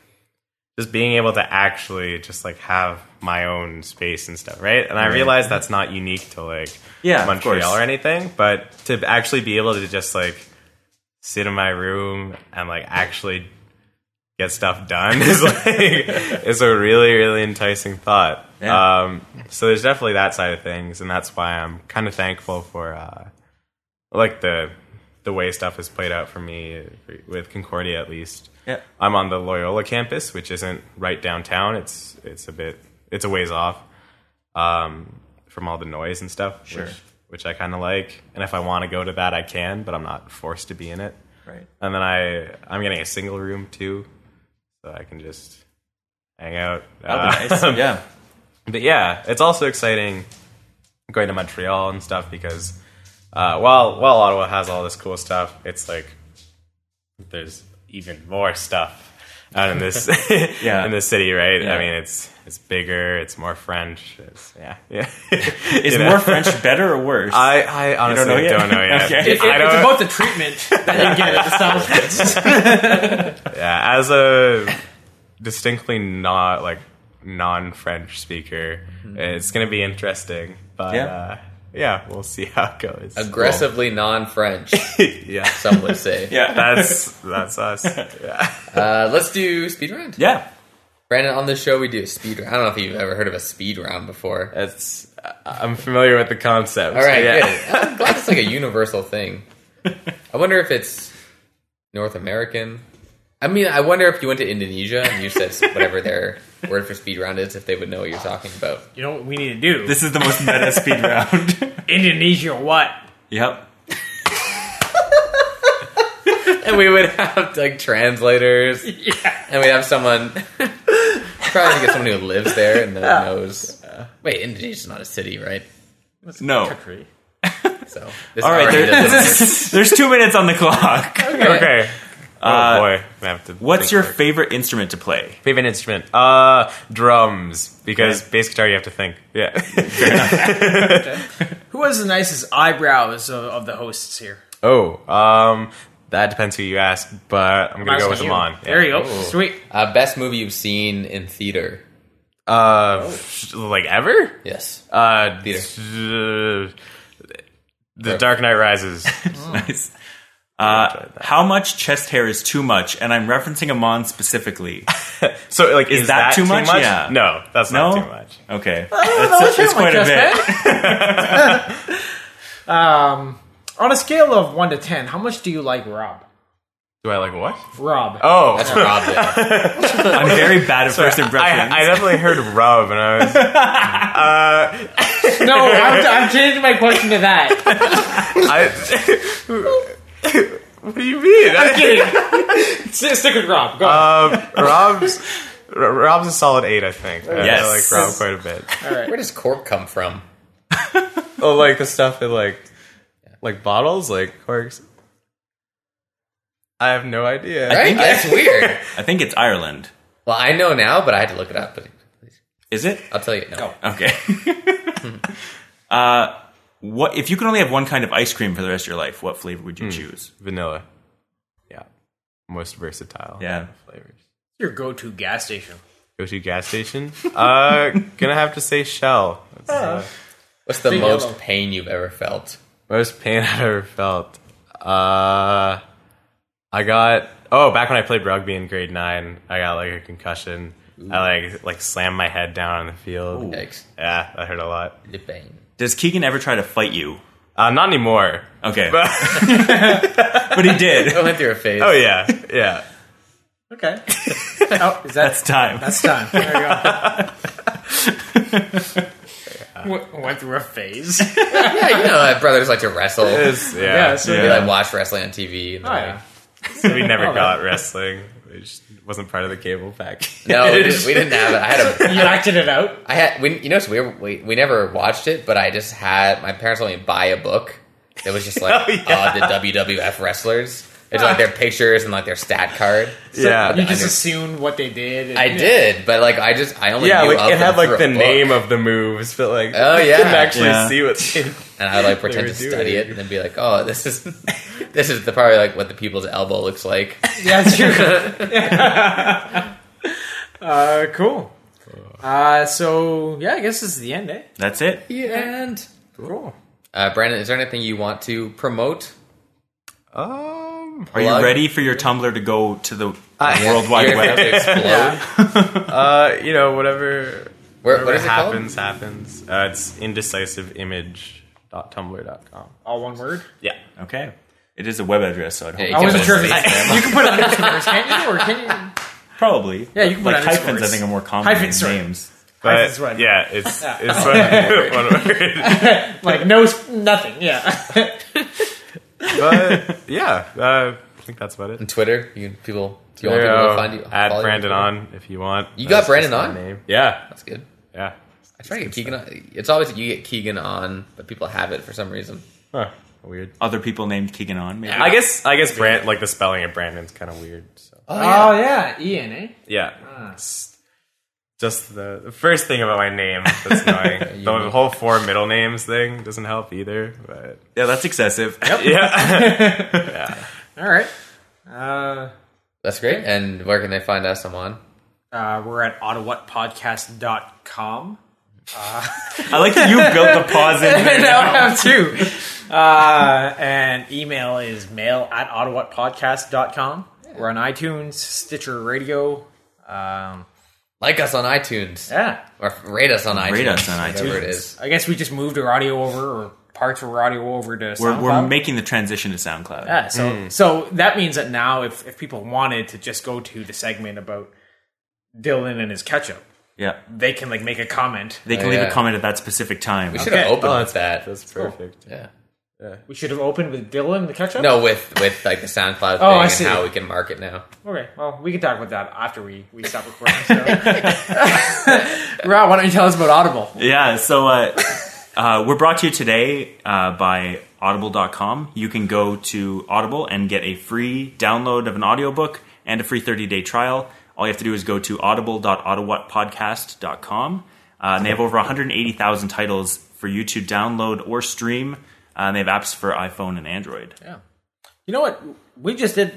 [SPEAKER 4] just being able to actually just like have my own space and stuff, right? And I realize that's not unique to like
[SPEAKER 3] Yeah, of
[SPEAKER 4] Montreal
[SPEAKER 3] course.
[SPEAKER 4] or anything, but to actually be able to just like sit in my room and like actually get stuff done is like it's a really really enticing thought.
[SPEAKER 3] Yeah.
[SPEAKER 4] Um, so there's definitely that side of things, and that's why I'm kind of thankful for uh, like the the way stuff has played out for me with Concordia at least.
[SPEAKER 3] Yeah.
[SPEAKER 4] I'm on the Loyola campus, which isn't right downtown. It's it's a bit it's a ways off um, from all the noise and stuff.
[SPEAKER 3] Sure.
[SPEAKER 4] Which, which I kind of like, and if I want to go to that, I can, but I'm not forced to be in it.
[SPEAKER 3] right
[SPEAKER 4] And then I I'm getting a single room too, so I can just hang out.
[SPEAKER 3] that'd be
[SPEAKER 4] Uh,
[SPEAKER 3] Oh, nice yeah
[SPEAKER 4] but yeah, it's also exciting going to Montreal and stuff because uh, while while Ottawa has all this cool stuff, it's like there's even more stuff out in this
[SPEAKER 3] Yeah.
[SPEAKER 4] in this city, right?
[SPEAKER 3] Yeah.
[SPEAKER 4] I mean, it's it's bigger, it's more French, it's yeah, yeah.
[SPEAKER 3] is
[SPEAKER 4] You know?
[SPEAKER 3] more french better or worse
[SPEAKER 4] I, I honestly
[SPEAKER 3] know
[SPEAKER 4] don't know
[SPEAKER 3] yet?
[SPEAKER 4] yet.
[SPEAKER 3] Okay.
[SPEAKER 4] I
[SPEAKER 3] It-
[SPEAKER 4] don't,
[SPEAKER 2] it's about the treatment that you get at establishments.
[SPEAKER 4] Yeah, Uh, as a distinctly not like non-French speaker, it's going to be interesting. But
[SPEAKER 3] Yeah.
[SPEAKER 4] Mm-hmm. yeah. Uh, yeah, we'll see how it goes.
[SPEAKER 1] Aggressively non-French,
[SPEAKER 4] yeah,
[SPEAKER 1] some would say.
[SPEAKER 3] yeah
[SPEAKER 4] that's that's us. Yeah.
[SPEAKER 1] Uh, let's do speed round.
[SPEAKER 3] yeah
[SPEAKER 1] Brandon, on this show we do a speed round. I don't know if you've ever heard of a speed round before.
[SPEAKER 4] It's I- I'm familiar with the concept.
[SPEAKER 1] All right,
[SPEAKER 4] yeah.
[SPEAKER 1] good. I'm glad it's like a universal thing. I wonder if it's North American. I mean, I wonder if you went to Indonesia and you said whatever their word for speed round is, if they would know what you're talking about.
[SPEAKER 2] You know what we need to do?
[SPEAKER 3] this is the most meta speed round
[SPEAKER 2] Indonesia, what?
[SPEAKER 3] yep
[SPEAKER 1] And we would have like translators.
[SPEAKER 2] Yeah.
[SPEAKER 1] And we have someone. probably get someone who lives there and then knows. Wait, Indonesia's not a city, right?
[SPEAKER 3] no
[SPEAKER 1] So this
[SPEAKER 3] all right
[SPEAKER 1] already
[SPEAKER 3] there-
[SPEAKER 1] doesn't-
[SPEAKER 3] there's two minutes on the clock
[SPEAKER 4] Okay. Oh
[SPEAKER 3] Uh,
[SPEAKER 4] boy, I have to.
[SPEAKER 3] What's
[SPEAKER 4] think
[SPEAKER 3] your
[SPEAKER 4] for it.
[SPEAKER 3] favorite instrument to play?
[SPEAKER 4] favorite instrument? Uh, drums. Because bass guitar, you have to think. Yeah.
[SPEAKER 2] Who has the nicest eyebrows of, of the hosts here?
[SPEAKER 4] oh, um, that depends who you ask, but I'm gonna go with
[SPEAKER 2] Asking you.
[SPEAKER 4] Amon. Yeah.
[SPEAKER 2] There you go.
[SPEAKER 4] Oh.
[SPEAKER 2] Sweet.
[SPEAKER 1] Uh, best movie you've seen in theater?
[SPEAKER 4] Uh, f- like ever?
[SPEAKER 1] Yes.
[SPEAKER 4] Uh,
[SPEAKER 1] Peter.
[SPEAKER 4] th- the Dark Knight Rises.
[SPEAKER 3] Nice. Uh, how much chest hair is too much? And I'm referencing Amon specifically.
[SPEAKER 4] So, like, is,
[SPEAKER 3] that too much? Yeah.
[SPEAKER 4] No, that's
[SPEAKER 3] No,
[SPEAKER 4] not too much.
[SPEAKER 3] Okay,
[SPEAKER 2] don't know,
[SPEAKER 3] it's, it's
[SPEAKER 2] too much
[SPEAKER 3] quite a
[SPEAKER 2] chest
[SPEAKER 3] bit.
[SPEAKER 6] Um,
[SPEAKER 2] On a scale of one to ten, how much do you like Rob?
[SPEAKER 4] Do I like what?
[SPEAKER 6] Rob.
[SPEAKER 4] Oh,
[SPEAKER 1] That's Rob there.
[SPEAKER 3] I'm very bad at first impressions.
[SPEAKER 4] I, I definitely heard rub, and I was,
[SPEAKER 6] No, I'm, I'm changing my question to that.
[SPEAKER 4] I, what do you mean?
[SPEAKER 6] S- Stick with Rob. Go.
[SPEAKER 4] Um, Rob's R- Rob's a solid eight, I think. I-
[SPEAKER 3] Yes.
[SPEAKER 4] I like Rob quite a bit.
[SPEAKER 1] Where does cork come from?
[SPEAKER 4] Oh, like the stuff in like like bottles, like corks. I have no idea.
[SPEAKER 1] I think that's weird.
[SPEAKER 3] I think it's Ireland.
[SPEAKER 1] Well, I know now, but I had to look it up. But
[SPEAKER 3] Is it?
[SPEAKER 1] I'll tell you. No.
[SPEAKER 4] Oh,
[SPEAKER 3] Okay. uh, what if you could only have one kind of ice cream for the rest of your life? What flavor would
[SPEAKER 4] Hmm.
[SPEAKER 3] you choose?
[SPEAKER 4] Vanilla. Yeah. Most versatile.
[SPEAKER 3] Yeah.
[SPEAKER 4] Flavors.
[SPEAKER 2] Your go-to gas station.
[SPEAKER 4] Go to gas station. Uh, gonna have to say shell. That's uh, the
[SPEAKER 1] What's the
[SPEAKER 2] Big
[SPEAKER 1] most
[SPEAKER 2] yellow.
[SPEAKER 1] pain you've ever felt?
[SPEAKER 4] most pain I've ever felt. Uh, I got oh back when I played rugby in grade nine, I got like a concussion. I like like slammed my head down on the field.
[SPEAKER 1] Yikes.
[SPEAKER 4] Yeah, that hurt a lot.
[SPEAKER 1] The pain.
[SPEAKER 3] Does Keegan ever try to fight you?
[SPEAKER 4] Uh, not anymore.
[SPEAKER 3] Okay,
[SPEAKER 4] But
[SPEAKER 3] but he did.
[SPEAKER 1] I went through a phase.
[SPEAKER 4] oh yeah, yeah.
[SPEAKER 2] Okay. oh, is that
[SPEAKER 3] That's time.
[SPEAKER 2] That's time. There you go. W- Went through a phase.
[SPEAKER 1] yeah, you know, my brothers like to wrestle.
[SPEAKER 4] It's- yeah. Oh,
[SPEAKER 2] Yeah, so-
[SPEAKER 1] They
[SPEAKER 3] Yeah.
[SPEAKER 1] like watch wrestling on TV. And they're like-
[SPEAKER 4] We never got wrestling. It just wasn't part of the cable package.
[SPEAKER 1] No, we didn't, we didn't have it. I had a,
[SPEAKER 2] You acted it out.
[SPEAKER 1] I had, we, you know, it's weird. We, we never watched it, but I just had my parents let me buy a book that was just like
[SPEAKER 4] Oh,
[SPEAKER 1] uh,
[SPEAKER 4] yeah.
[SPEAKER 1] the WWF wrestlers. It's like their pictures and like their stat card.
[SPEAKER 4] yeah,
[SPEAKER 6] you just
[SPEAKER 1] I-
[SPEAKER 6] assumed what they did. and-
[SPEAKER 1] I did, but like I just I only
[SPEAKER 4] yeah.
[SPEAKER 1] knew of
[SPEAKER 4] Like it had
[SPEAKER 1] them through
[SPEAKER 4] like
[SPEAKER 1] a
[SPEAKER 4] the
[SPEAKER 1] book.
[SPEAKER 4] name of the moves, but like
[SPEAKER 1] Oh,
[SPEAKER 4] you
[SPEAKER 1] yeah.
[SPEAKER 4] couldn't actually
[SPEAKER 3] Yeah.
[SPEAKER 4] see what. They,
[SPEAKER 1] and I would like pretend
[SPEAKER 4] were
[SPEAKER 1] to study
[SPEAKER 4] doing.
[SPEAKER 1] it and then be like, oh, this is this is the probably like what the people's elbow looks like.
[SPEAKER 2] Yeah, that's true. uh, cool. Uh, so yeah, I guess this is the end, eh?
[SPEAKER 3] That's it.
[SPEAKER 1] and
[SPEAKER 2] Cool.
[SPEAKER 1] uh, Brandon, is there anything you want to promote?
[SPEAKER 4] um,
[SPEAKER 3] Are you
[SPEAKER 1] Plug.
[SPEAKER 3] ready for your Tumblr to go to the World
[SPEAKER 1] You're
[SPEAKER 3] Wide
[SPEAKER 1] gonna have
[SPEAKER 3] Web?
[SPEAKER 1] to explode.
[SPEAKER 4] uh, you know, whatever.
[SPEAKER 1] Where,
[SPEAKER 4] Whatever
[SPEAKER 1] what is it called?
[SPEAKER 4] happens, happens. Uh, it's indecisiveimage.tumblr.com.
[SPEAKER 2] All one word. Oh,
[SPEAKER 4] Yeah.
[SPEAKER 3] Okay. It is a web address, so I'd hope.
[SPEAKER 1] Yeah, you
[SPEAKER 2] I wasn't sure
[SPEAKER 1] can-
[SPEAKER 2] if it's, you can put underscores, can't you? Or can you?
[SPEAKER 3] Probably. Yeah,
[SPEAKER 2] you can put
[SPEAKER 3] like
[SPEAKER 2] underscores.
[SPEAKER 3] hyphens. I think are more common than
[SPEAKER 2] Hyphens, sorry.
[SPEAKER 3] names.
[SPEAKER 4] But,
[SPEAKER 2] That's right.
[SPEAKER 4] Yeah, it's it's one, one word.
[SPEAKER 2] Like no, s- nothing. Yeah.
[SPEAKER 4] But yeah, uh, I think that's about it.
[SPEAKER 1] Twitter. You can- people. If you want
[SPEAKER 4] There
[SPEAKER 1] people
[SPEAKER 4] you
[SPEAKER 1] to
[SPEAKER 4] go.
[SPEAKER 1] find you,
[SPEAKER 4] add
[SPEAKER 1] follow
[SPEAKER 4] Brandon
[SPEAKER 1] Twitter.
[SPEAKER 4] on if you want.
[SPEAKER 1] You got
[SPEAKER 4] That's
[SPEAKER 1] Brandon
[SPEAKER 4] just my
[SPEAKER 1] on?
[SPEAKER 4] Name. Yeah,
[SPEAKER 1] That's good.
[SPEAKER 4] yeah.
[SPEAKER 1] I try to get Keegan. On. It's always you get Keegan on, but people have it for some reason.
[SPEAKER 4] Huh. Weird.
[SPEAKER 3] Other people named Keegan on. Maybe.
[SPEAKER 4] I guess I guess Brand like the spelling of Brandon's kind of weird. So
[SPEAKER 1] Oh
[SPEAKER 2] Oh yeah, Ian, eh?
[SPEAKER 4] yeah,
[SPEAKER 1] Ah.
[SPEAKER 4] It's just the, the first thing about my name that's annoying. the whole four middle names thing doesn't help either. But
[SPEAKER 3] Yeah, that's excessive.
[SPEAKER 4] yeah,
[SPEAKER 2] All right. Uh,
[SPEAKER 1] that's great. And where can they find us? I'm on.
[SPEAKER 2] uh, we're at ottawatpodcast.com.
[SPEAKER 3] I like that you built the pause in.
[SPEAKER 2] I
[SPEAKER 3] there.
[SPEAKER 2] have two. Uh, and email is mail at ottawatpodcast.com. We're on iTunes, Stitcher Radio. Um,
[SPEAKER 1] Like us on iTunes
[SPEAKER 2] yeah.
[SPEAKER 1] or rate us on iTunes.
[SPEAKER 3] Rate us on
[SPEAKER 1] Whatever it
[SPEAKER 3] iTunes.
[SPEAKER 1] is.
[SPEAKER 2] I guess we just moved our audio over or parts of our audio over to
[SPEAKER 3] We're, Hmm.
[SPEAKER 2] SoundCloud.
[SPEAKER 3] we're making the transition to SoundCloud.
[SPEAKER 2] yeah, so, so that means that now if, if people wanted to just go to the segment about Dylan and his ketchup,
[SPEAKER 3] Yeah.
[SPEAKER 2] they can like make a comment.
[SPEAKER 3] They can
[SPEAKER 1] Oh,
[SPEAKER 3] leave
[SPEAKER 1] yeah.
[SPEAKER 3] a comment at that specific time.
[SPEAKER 1] We should have
[SPEAKER 2] Okay.
[SPEAKER 1] opened
[SPEAKER 4] Oh,
[SPEAKER 1] with that.
[SPEAKER 4] that's perfect.
[SPEAKER 1] yeah.
[SPEAKER 2] We should have opened with Dylan and the ketchup?
[SPEAKER 1] No, with with like the SoundCloud thing
[SPEAKER 2] Oh, I
[SPEAKER 1] and
[SPEAKER 2] see.
[SPEAKER 1] how we can market now.
[SPEAKER 2] Okay, well, we can talk about that after we, we stop recording. So. Rob, why don't you tell us about Audible?
[SPEAKER 3] Yeah, so uh, Uh, we're brought to you today uh, by audible.com. You can go to Audible and get a free download of an audiobook and a free 30 day trial. All you have to do is go to audible.ottawapodcast.com. Uh, and they have over 180,000 titles for you to download or stream. Uh, and they have apps for iPhone and Android.
[SPEAKER 2] Yeah. You know what? We just did.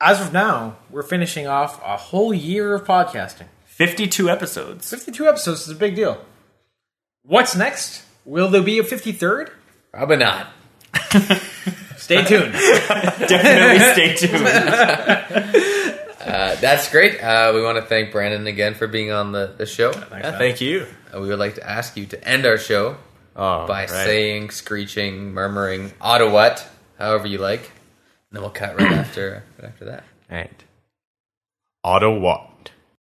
[SPEAKER 2] As of now, we're finishing off a whole year of podcasting.
[SPEAKER 3] 52 episodes.
[SPEAKER 2] 52 episodes is a big deal. What's next? Will there be a 53rd?
[SPEAKER 1] Probably not.
[SPEAKER 2] Stay tuned.
[SPEAKER 3] Definitely stay tuned.
[SPEAKER 1] Uh, that's great. Uh, we want to thank Brandon again for being on the, the show.
[SPEAKER 4] Yeah, thank you.
[SPEAKER 1] Uh, we would like to ask you to end our show
[SPEAKER 4] Oh,
[SPEAKER 1] by
[SPEAKER 4] right.
[SPEAKER 1] saying, screeching, murmuring, Ottawa, however you like. And then we'll cut right after right after that.
[SPEAKER 4] Right. Ottawa.